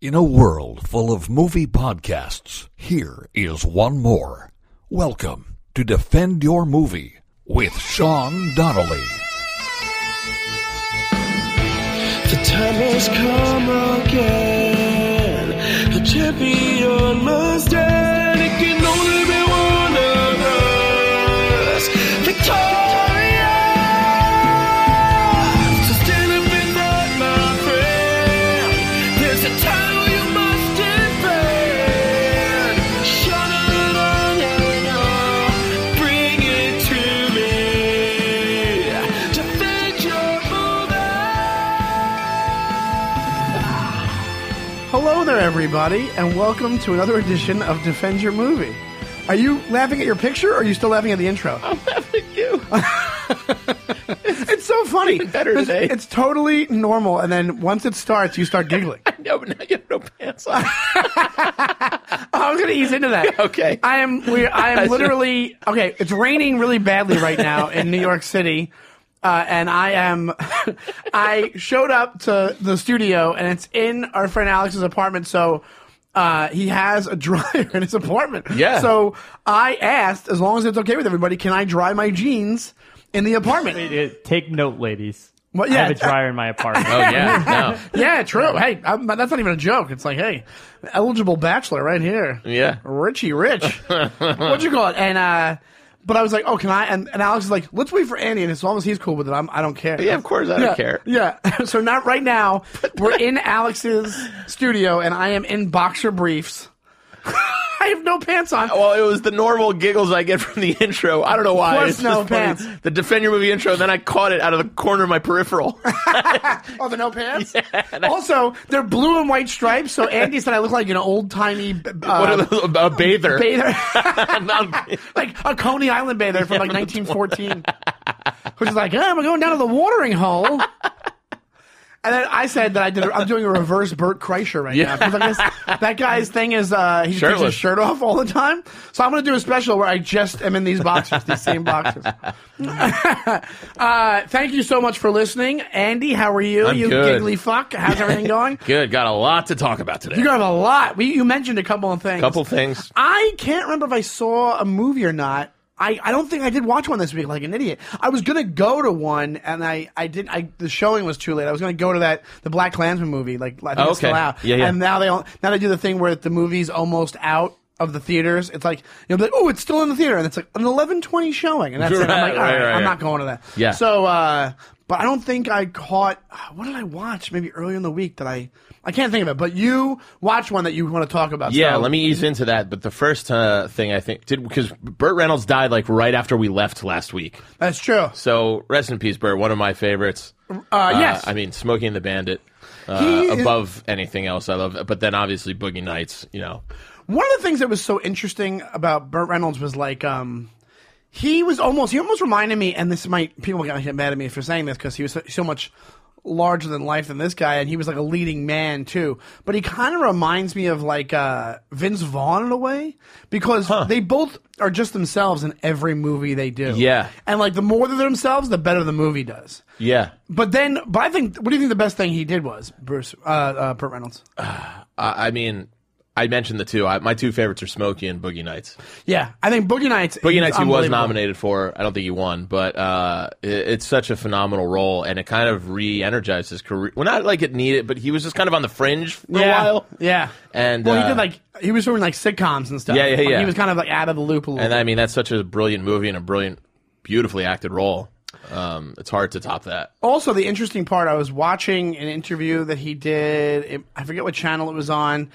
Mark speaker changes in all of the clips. Speaker 1: In a world full of movie podcasts, here is one more. Welcome to Defend Your Movie with Sean Donnelly.
Speaker 2: The time has come again. The champion must stand. It can only be one of us. Victoria! So stand up and fight, my friend. There's a title you must defend. Shut it on Bring it to me. Defend your movement.
Speaker 3: Hello there, everybody, and welcome to another edition of Defend Your Movie. Are you laughing at your picture, or are you still laughing at the intro?
Speaker 2: you.
Speaker 3: It's so funny.
Speaker 2: better
Speaker 3: It's-
Speaker 2: today.
Speaker 3: It's totally normal, and then once it starts, you start giggling.
Speaker 2: No, but now you have no pants on.
Speaker 3: I was going to ease into that.
Speaker 2: Okay.
Speaker 3: I am. We. I am literally. Okay. It's raining really badly right now in New York City, uh, and I am. I showed up to the studio, and it's in our friend Alex's apartment. So. Uh, he has a dryer in his apartment.
Speaker 2: Yeah.
Speaker 3: So I asked, as long as it's okay with everybody, can I dry my jeans in the apartment?
Speaker 4: Uh, take note, ladies.
Speaker 3: Well,
Speaker 4: I
Speaker 3: yeah.
Speaker 4: have a dryer in my apartment.
Speaker 2: Oh yeah,
Speaker 3: yeah, true. Hey, I'm, not- that's not even a joke. It's like, hey, eligible bachelor right here.
Speaker 2: no, yeah.
Speaker 3: Richie Rich. What'd you call it? And uh but I was like, oh, can I? And, and Alex is like, let's wait for Andy, and as long as he's cool with it, I'm, I don't care.
Speaker 2: Yeah, of course, I don't
Speaker 3: Yeah,
Speaker 2: care.
Speaker 3: Yeah. so not right now. We're in Alex's studio, and I am in boxer briefs. I have no pants on.
Speaker 2: Well, it was the normal giggles I get from the intro. I don't know why.
Speaker 3: Plus
Speaker 2: It's
Speaker 3: no
Speaker 2: just funny.
Speaker 3: pants.
Speaker 2: The Defend Your Movie intro, and then I caught it out of the corner of my peripheral.
Speaker 3: Oh, the no pants. also, they're blue and white stripes. So Andy said I look like an old timey
Speaker 2: what
Speaker 3: uh,
Speaker 2: are those? A bather.
Speaker 3: bather,
Speaker 2: Not-
Speaker 3: like a Coney Island bather from like 1914, which is like, oh, we're going down to the watering hole. And then I said that I did. A, I'm doing a reverse Burt Kreischer right now. Because I guess that guy's thing is uh, he just takes
Speaker 2: Shirtless.
Speaker 3: his shirt off all the time. So I'm going to do a special where I just am in these boxers, these same boxers. uh, thank you so much for listening, Andy. How are you?
Speaker 2: I'm
Speaker 3: you
Speaker 2: good.
Speaker 3: giggly fuck. How's everything going?
Speaker 2: Good. Got a lot to talk about today.
Speaker 3: you got a lot. We, you mentioned a couple of things.
Speaker 2: couple things.
Speaker 3: I can't remember if I saw a movie or not. I, I don't think I did watch one this week like an idiot. I was gonna go to one and I, I didn't I the showing was too late. I was gonna go to that the Black Klansman movie like I think
Speaker 2: Oh,
Speaker 3: it's still
Speaker 2: okay.
Speaker 3: out.
Speaker 2: Yeah, yeah.
Speaker 3: And now they all, now they do the thing where the movie's almost out of the theaters. It's like you'll be like oh it's still in the theater and it's like an eleven twenty showing and that's it. I'm
Speaker 2: Right,
Speaker 3: like all right,
Speaker 2: right, right,
Speaker 3: I'm
Speaker 2: right.
Speaker 3: not going to that.
Speaker 2: Yeah.
Speaker 3: So uh, but I don't think I caught uh, what did I watch maybe earlier in the week that I I can't think of it. But you watched one that you want to talk about.
Speaker 2: Yeah,
Speaker 3: so-
Speaker 2: let me ease into that. But the first uh, thing I think did because Burt Reynolds died like right after we left last week.
Speaker 3: That's true.
Speaker 2: So rest in peace, Burt. One of my favorites.
Speaker 3: Uh, yes.
Speaker 2: I mean, Smokey and the Bandit. Uh,
Speaker 3: He is-
Speaker 2: above anything else, I love. But then obviously Boogie Nights. You know,
Speaker 3: One of the things that was so interesting about Burt Reynolds was like, um, he was almost, he almost reminded me, and this might, people are going to get mad at me for saying this because he was so, so much larger than life than this guy, and he was like a leading man too. But he kind of reminds me of like, uh, Vince Vaughn in a way because they both are just themselves in every movie they do.
Speaker 2: Yeah.
Speaker 3: And like the more they're themselves, the better the movie does.
Speaker 2: yeah.
Speaker 3: But then, but I think, what do you think the best thing he did was, Bruce, uh, uh, Burt Reynolds?
Speaker 2: I, I mean, I mentioned the two. I, my two favorites are Smokey and Boogie Nights.
Speaker 3: Yeah. I think Boogie Nights.
Speaker 2: Boogie
Speaker 3: he's
Speaker 2: Nights he was
Speaker 3: unbelievable.
Speaker 2: nominated for. I don't think he won, but uh, it, it's such a phenomenal role, and it kind of re-energized his career. Well, not like it needed, but he was just kind of on the fringe for
Speaker 3: yeah.
Speaker 2: a while.
Speaker 3: Yeah.
Speaker 2: And,
Speaker 3: well,
Speaker 2: uh,
Speaker 3: he did like he was doing like sitcoms and stuff.
Speaker 2: Yeah, yeah,
Speaker 3: Like,
Speaker 2: yeah.
Speaker 3: He was kind of like out of the loop a little.
Speaker 2: And
Speaker 3: bit.
Speaker 2: I mean, that's such a brilliant movie and a brilliant, beautifully acted role. Um, it's hard to top that.
Speaker 3: also, the interesting part, I was watching an interview that he did. It, I forget what channel it was on,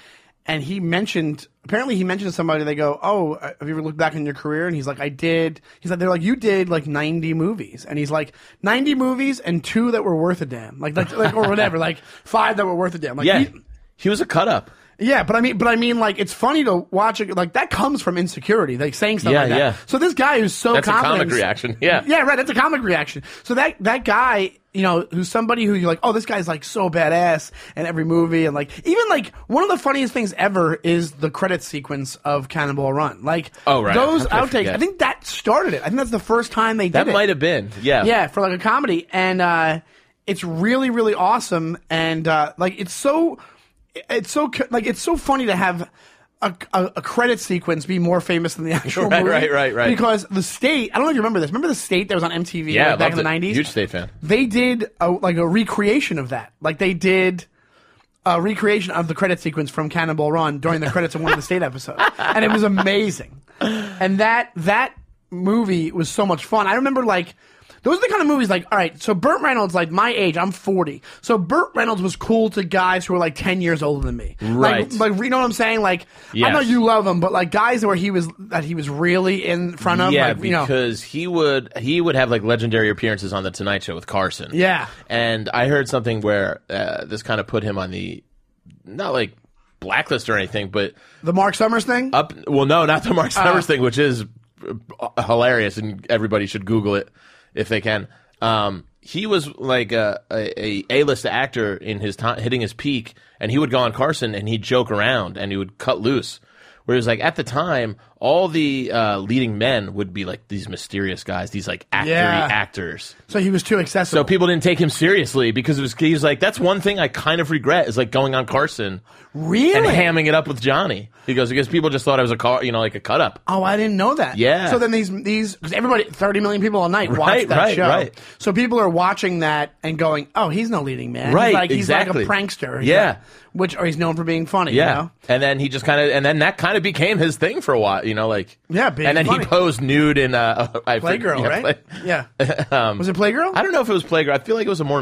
Speaker 3: and he mentioned. Apparently, he mentioned somebody. They go, "Oh, uh, have you ever looked back in your career?" And he's like, "I did." He's like, "They're like, you did like ninety movies," and he's like, 90 movies and two that were worth a damn, like like, like or whatever, like five that were worth a damn." Like,
Speaker 2: Yeah,
Speaker 3: he- Oh,
Speaker 2: he was a cut up.
Speaker 3: Yeah, but I mean, but I mean, like it's funny to watch it. Like that comes from insecurity, like saying stuff
Speaker 2: Yeah,
Speaker 3: like that.
Speaker 2: yeah.
Speaker 3: So this guy who's so
Speaker 2: That's a
Speaker 3: confident-
Speaker 2: comic reaction, yeah.
Speaker 3: yeah, right. That's a comic reaction. So that that guy, you know, who's somebody who you're like, oh, this guy's like so badass in every movie, and like even like one of the funniest things ever is the credit sequence of Cannonball Run. Like,
Speaker 2: Oh, right.
Speaker 3: those
Speaker 2: How could
Speaker 3: outtakes.
Speaker 2: I forget?
Speaker 3: I think that started it. I think that's the first time they
Speaker 2: That
Speaker 3: did it
Speaker 2: might have been. Yeah.
Speaker 3: yeah for like a comedy and uh it's really really awesome and uh like it's so it's so c- like it's so funny to have a, a, a credit sequence be more famous than the actual
Speaker 2: Right,
Speaker 3: movie.
Speaker 2: right, right, right.
Speaker 3: Because the state, I don't know if you remember this. Remember the state that was on MTV
Speaker 2: Yeah,
Speaker 3: like, back in
Speaker 2: loved
Speaker 3: the
Speaker 2: it.
Speaker 3: nineties.
Speaker 2: Huge State fan.
Speaker 3: They did a, like a recreation of that. Like they did. A recreation of the credit sequence from Cannonball Run during the credits of one of the state episodes, and it was amazing. And that that movie was so much fun. I remember like those are the kind of movies like all right. So Burt Reynolds, like my age, I'm 40. So Burt Reynolds was cool to guys who were like 10 years older than me. Like-
Speaker 2: Right.
Speaker 3: Like, you know what I'm saying? Like I know
Speaker 2: Yes.
Speaker 3: you love him, but like guys where he was that he was really in front of.
Speaker 2: yeah,
Speaker 3: like, you know,
Speaker 2: because he would he would have like legendary appearances on the Tonight Show with Carson.
Speaker 3: Yeah.
Speaker 2: and I heard something where uh, this kind of put him on the not like blacklist or anything, but
Speaker 3: the Mark Summers thing.
Speaker 2: up. Well, no, not the Mark Summers thing, which is uh, hilarious, and everybody should Google it if they can. Um, he was like a a a list actor in his time, hitting his peak, and he would go on Carson and he'd joke around and he would cut loose. Whereas, like at the time, all the uh, leading men would be like these mysterious guys, these like actory
Speaker 3: Yeah.
Speaker 2: actors.
Speaker 3: so he was too accessible.
Speaker 2: So people didn't take him seriously because it was he was like that's one thing I kind of regret is like going on Carson and
Speaker 3: really?
Speaker 2: hamming it up with Johnny. He goes because people just thought I was a car, you know, like a cut up.
Speaker 3: Oh, I didn't know that.
Speaker 2: Yeah.
Speaker 3: So then these these because everybody, thirty million people a night watch
Speaker 2: Right,
Speaker 3: that
Speaker 2: right,
Speaker 3: show.
Speaker 2: right.
Speaker 3: So people are watching that and going, "Oh, he's no leading man.
Speaker 2: Right,
Speaker 3: He's like,
Speaker 2: exactly.
Speaker 3: He's like a prankster. He's
Speaker 2: Yeah.
Speaker 3: like- which or he's known for being funny.
Speaker 2: Yeah,
Speaker 3: You know?
Speaker 2: and then he just kind of, and then that kind of became his thing for a while, you know, like
Speaker 3: Yeah, being
Speaker 2: and then
Speaker 3: funny.
Speaker 2: he posed nude in uh, I forget-
Speaker 3: Playgirl,
Speaker 2: yeah,
Speaker 3: right?
Speaker 2: Play- Um,
Speaker 3: yeah. was it Playgirl?
Speaker 2: I don't know if it was Playgirl. I feel like it was a more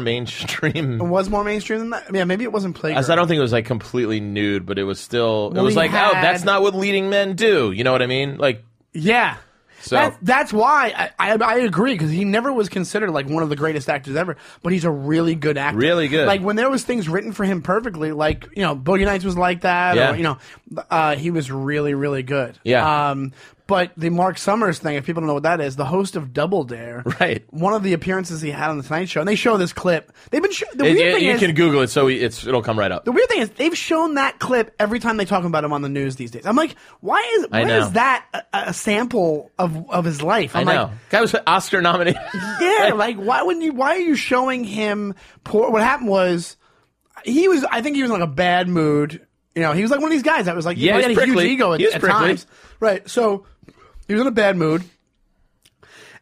Speaker 2: mainstream.
Speaker 3: it was more mainstream than that. Yeah, maybe it wasn't Playgirl.
Speaker 2: As I don't think it was like completely nude, but it was still.
Speaker 3: Well,
Speaker 2: it was
Speaker 3: he
Speaker 2: like, oh,
Speaker 3: had-
Speaker 2: that's not what leading men do. You know what I mean? Like,
Speaker 3: Yeah.
Speaker 2: So-
Speaker 3: That- that's why I, I, I agree because he never was considered like one of the greatest actors ever, but he's a really good actor.
Speaker 2: Really good.
Speaker 3: Like when there was things written for him perfectly, like you know Boogie Nights was like that.
Speaker 2: Yeah.
Speaker 3: Or, you know, uh, he was really really good.
Speaker 2: Yeah.
Speaker 3: Um, but the Mark Summers thing, if people don't know what that is, the host of Double Dare,
Speaker 2: Right.
Speaker 3: One of the appearances he had on the Tonight Show, and they show this clip. They've been sho- the
Speaker 2: it-
Speaker 3: weird
Speaker 2: it-
Speaker 3: thing
Speaker 2: you
Speaker 3: is
Speaker 2: can Google it, so it's it'll come right up.
Speaker 3: the weird thing is they've shown that clip every time they talk about him on the news these days. I'm like, why is
Speaker 2: I
Speaker 3: why
Speaker 2: know.
Speaker 3: is that a, a sample of of his life?
Speaker 2: I
Speaker 3: I'm
Speaker 2: know.
Speaker 3: like,
Speaker 2: Guy was Oscar nominated.
Speaker 3: yeah, like why wouldn't you? Why are you showing him poor? What happened was he was. I think he was in like a bad mood. You know, he was like one of these guys that was like,
Speaker 2: Yeah,
Speaker 3: he had
Speaker 2: he's
Speaker 3: a huge
Speaker 2: prickly.
Speaker 3: ego at,
Speaker 2: He was
Speaker 3: at
Speaker 2: prickly.
Speaker 3: times, right? So he was in a bad mood.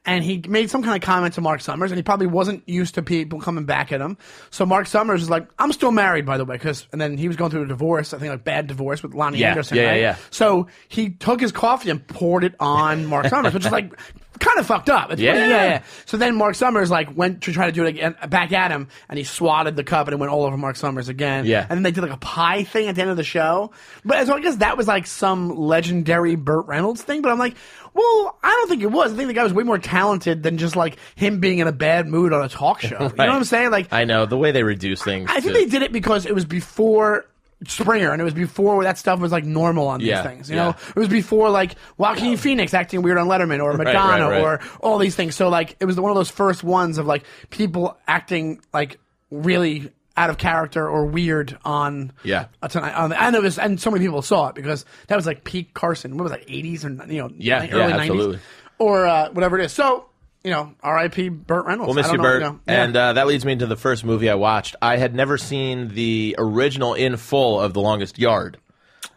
Speaker 3: And he made some kind of comment to Mark Summers, and he probably wasn't used to people coming back at him. So Mark Summers is like, "I'm still married, by the way," because and then he was going through a divorce, I think like bad divorce with Lonnie
Speaker 2: Yeah,
Speaker 3: Anderson.
Speaker 2: yeah, yeah,
Speaker 3: right?
Speaker 2: yeah.
Speaker 3: So he took his coffee and poured it on Mark Summers, which is like kind of fucked up. It's
Speaker 2: Yeah.
Speaker 3: pretty- yeah, yeah. So then Mark Summers like went to try to do it again, back at him, and he swatted the cup and it went all over Mark Summers again.
Speaker 2: Yeah.
Speaker 3: And then they did like a pie thing at the end of the show. But so I guess that was like some legendary Burt Reynolds thing. But I'm like, well, I don't think it was. I think the guy was way more talented than just like him being in a bad mood on a talk show. You know what I'm saying? Like,
Speaker 2: I know the way they reduce things.
Speaker 3: I think
Speaker 2: to-
Speaker 3: they did it because it was before Springer, and it was before that stuff was like normal on these
Speaker 2: Yeah,
Speaker 3: things. You
Speaker 2: yeah.
Speaker 3: know, it was before like Joaquin Phoenix acting weird on Letterman or
Speaker 2: right,
Speaker 3: Madonna
Speaker 2: right.
Speaker 3: or all these things. So like it was one of those first ones of like people acting like really out of character or weird on
Speaker 2: Yeah.
Speaker 3: uh, tonight. On the, and it was and so many people saw it because that was like peak Carson. What was that? Eighties or you know
Speaker 2: Yeah,
Speaker 3: ni-
Speaker 2: yeah,
Speaker 3: early
Speaker 2: absolutely.
Speaker 3: or uh, whatever it is. So. You know, R.I.P. Burt Reynolds.
Speaker 2: We'll miss
Speaker 3: I
Speaker 2: you,
Speaker 3: don't
Speaker 2: Bert.
Speaker 3: know, you know. Yeah.
Speaker 2: And uh, that leads me into the first movie I watched. I had never seen the original in full of The Longest Yard.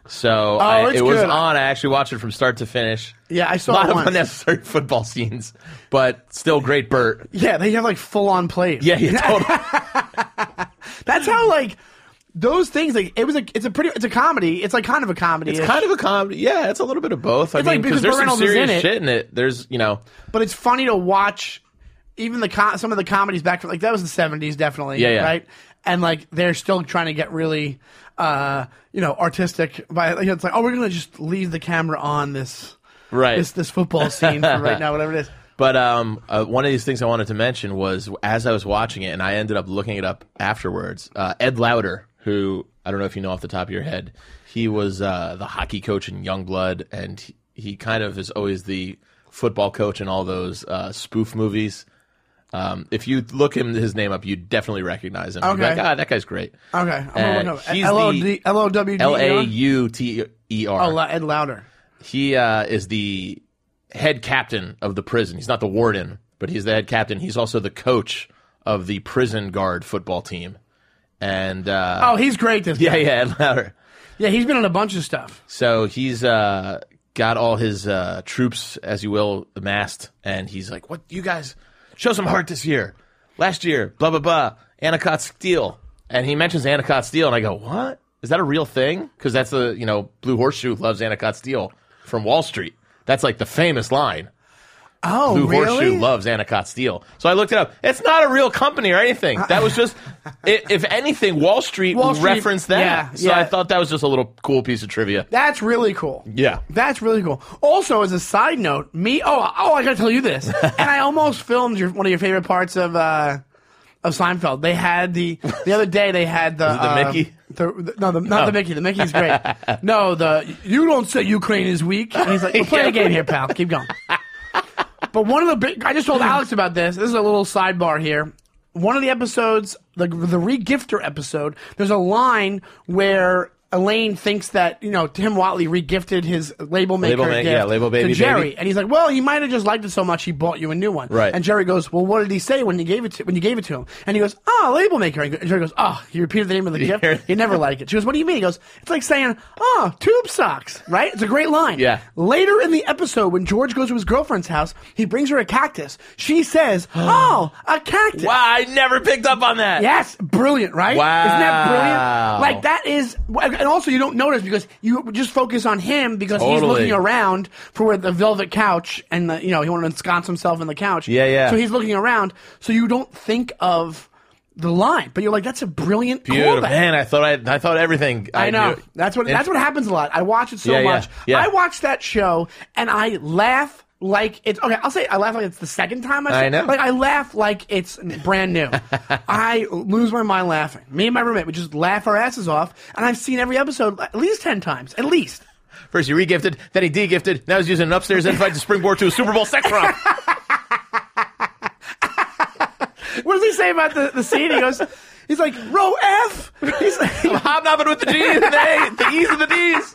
Speaker 2: So I,
Speaker 3: Oh, it's
Speaker 2: it was
Speaker 3: good.
Speaker 2: on. I actually watched it from start to finish.
Speaker 3: Yeah, I saw
Speaker 2: a lot
Speaker 3: it
Speaker 2: of
Speaker 3: once.
Speaker 2: unnecessary football scenes, but still great, Bert.
Speaker 3: Yeah, they have like full on plays.
Speaker 2: Yeah, yeah, totally.
Speaker 3: That's how like those things like it was a it's a pretty it's a comedy. It's like kind of a comedy.
Speaker 2: it's kind of a comedy. Yeah, it's a little bit of both. I
Speaker 3: It's like
Speaker 2: mean,
Speaker 3: because
Speaker 2: there's
Speaker 3: Burt
Speaker 2: some
Speaker 3: Reynolds is
Speaker 2: serious
Speaker 3: in it.
Speaker 2: shit in it. There's, you know,
Speaker 3: but it's funny to watch even the com- some of the comedies back from like that was the 70s definitely,
Speaker 2: Yeah, yeah.
Speaker 3: right? And like they're still trying to get really uh, you know, artistic by like, it's like oh, we're going to just leave the camera on this
Speaker 2: Right.
Speaker 3: this this football scene for right now whatever it is.
Speaker 2: But um, uh, one of these things I wanted to mention was as I was watching it, and I ended up looking it up afterwards. Uh, Ed Lauder, who I don't know if you know off the top of your head, he was uh, the hockey coach in Youngblood, and he, he kind of is always the football coach in all those uh, spoof movies. Um, if you look him his name up, you definitely recognize him. You'd be
Speaker 3: Okay.
Speaker 2: like, ah, that guy's great.
Speaker 3: Okay, I'm going to
Speaker 2: Uh,
Speaker 3: look up
Speaker 2: he's
Speaker 3: L O D
Speaker 2: the
Speaker 3: L O W D E
Speaker 2: L A U T E R.
Speaker 3: Oh, Lo- Ed Louder.
Speaker 2: He uh, is the head captain of the prison. He's not the warden, but he's the head captain. He's also the coach of the prison guard football team. and uh,
Speaker 3: Oh, he's great. This
Speaker 2: yeah,
Speaker 3: guy.
Speaker 2: yeah, Ed Lauder.
Speaker 3: yeah. He's been on a bunch of stuff.
Speaker 2: So he's uh, got all his uh, troops, as you will, amassed, and he's like, "What you guys show some heart this year? Last year, blah blah blah, Anacott Steel." And he mentions Anacott Steel, and I go, "What is that a real thing?" Because that's the you know Blue Horseshoe loves Anacott Steel from Wall Street. That's like the famous line.
Speaker 3: Oh,
Speaker 2: Blue
Speaker 3: really?
Speaker 2: Horseshoe loves Anacott Steel. So I looked it up. It's not a real company or anything. That was just, i if anything, Wall Street,
Speaker 3: Wall Street,
Speaker 2: referenced that.
Speaker 3: yeah,
Speaker 2: so
Speaker 3: yeah.
Speaker 2: I thought that was just a little cool piece of trivia.
Speaker 3: That's really cool.
Speaker 2: Yeah.
Speaker 3: That's really cool. Also, as a side note, me. Oh, oh, I gotta tell you this. and I almost filmed your, one of your favorite parts of uh, of Seinfeld. They had the the other day. They had the
Speaker 2: it the
Speaker 3: uh,
Speaker 2: Mickey?
Speaker 3: the-
Speaker 2: Oh.
Speaker 3: the- no, the, not the Mickey. The Mickey's great. no, the you don't say Ukraine is weak. And he's like, we're playing a game here, pal. Keep going. but one of the big. I just told
Speaker 2: Hmm.
Speaker 3: Alex about this. This is a little sidebar here. One of the episodes, the the regifter episode. There's a line where. Elaine thinks that you know Tim Watley regifted his label maker,
Speaker 2: ma-
Speaker 3: gift
Speaker 2: yeah, label
Speaker 3: to
Speaker 2: baby, baby.
Speaker 3: Jerry, and he's like, "Well, he might have just liked it so much he bought you a new one."
Speaker 2: Right.
Speaker 3: And Jerry goes, "Well, what did he say when you gave it to when you gave it to him?" And he goes, "Ah, label maker." And Jerry goes, "Ah, he repeated the name of the
Speaker 2: Yeah.
Speaker 3: gift. You never like it." She goes, "What do you mean?" He goes, "It's like saying, ah, tube socks." Right? It's a great line.
Speaker 2: Yeah.
Speaker 3: Later in the episode, when George goes to his girlfriend's house, he brings her a cactus. She says, "Oh, a cactus."
Speaker 2: Wow, I never picked up on that.
Speaker 3: Yes, brilliant, right? Isn't that
Speaker 2: Wow.
Speaker 3: brilliant? Like that is, and also you don't notice because you just focus on him because he's
Speaker 2: Totally.
Speaker 3: looking around for where the velvet couch and the, you know he wanted to ensconce himself in the couch.
Speaker 2: Yeah, yeah.
Speaker 3: So he's looking around, so you don't think of the line, but you're like, that's a brilliant
Speaker 2: Beautiful.
Speaker 3: callback.
Speaker 2: Man, I thought I, I thought everything.
Speaker 3: I know.
Speaker 2: knew.
Speaker 3: That's what that's what happens a lot. I watch it so
Speaker 2: Yeah, yeah,
Speaker 3: much.
Speaker 2: yeah.
Speaker 3: I watch that show and I laugh like it's okay. I'll say I laugh like it's the second time. I,
Speaker 2: I
Speaker 3: see-
Speaker 2: know.
Speaker 3: Like I laugh like it's brand new. I lose my mind laughing. Me and my roommate would just laugh our asses off, and I've seen every episode at least ten times, at least.
Speaker 2: First he regifted, then he degifted. Now he's using an upstairs invite to springboard to a Super Bowl sex romp.
Speaker 3: What does he say about the, the scene? He goes, he's like row F. He's like,
Speaker 2: Hobnobbing with the G's, the A's, the E's, and the D's.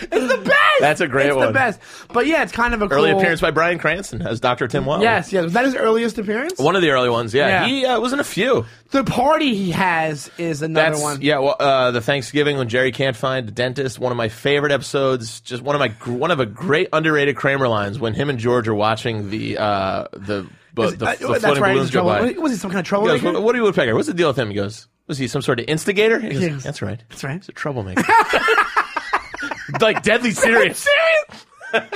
Speaker 3: it's the best.
Speaker 2: That's a great
Speaker 3: it's
Speaker 2: one.
Speaker 3: The best. But yeah, it's kind of a
Speaker 2: Early
Speaker 3: cool,
Speaker 2: appearance by Brian Cranston as Dr. Tim Well.
Speaker 3: Yes, yes. Was that his earliest appearance?
Speaker 2: One of the early ones, yeah.
Speaker 3: Yeah.
Speaker 2: He uh, was in a few.
Speaker 3: The party he has is another
Speaker 2: That's
Speaker 3: one.
Speaker 2: yeah. Well, uh, the Thanksgiving when Jerry can't find a dentist. One of my favorite episodes. Just one of my gr- one of a great underrated Kramer lines when him and George are watching the uh, the bu- the,
Speaker 3: Uh,
Speaker 2: the
Speaker 3: that's
Speaker 2: floating
Speaker 3: right, he was
Speaker 2: balloons
Speaker 3: in
Speaker 2: go by.
Speaker 3: trouble. Was he some kind of
Speaker 2: He goes,
Speaker 3: troublemaker?
Speaker 2: what, what are you woodpecker? What's the deal with him? He goes, was he some sort of instigator? He goes,
Speaker 3: Yes.
Speaker 2: That's right.
Speaker 3: That's right.
Speaker 2: He's a troublemaker. like deadly serious.
Speaker 3: Serious?
Speaker 2: Yeah,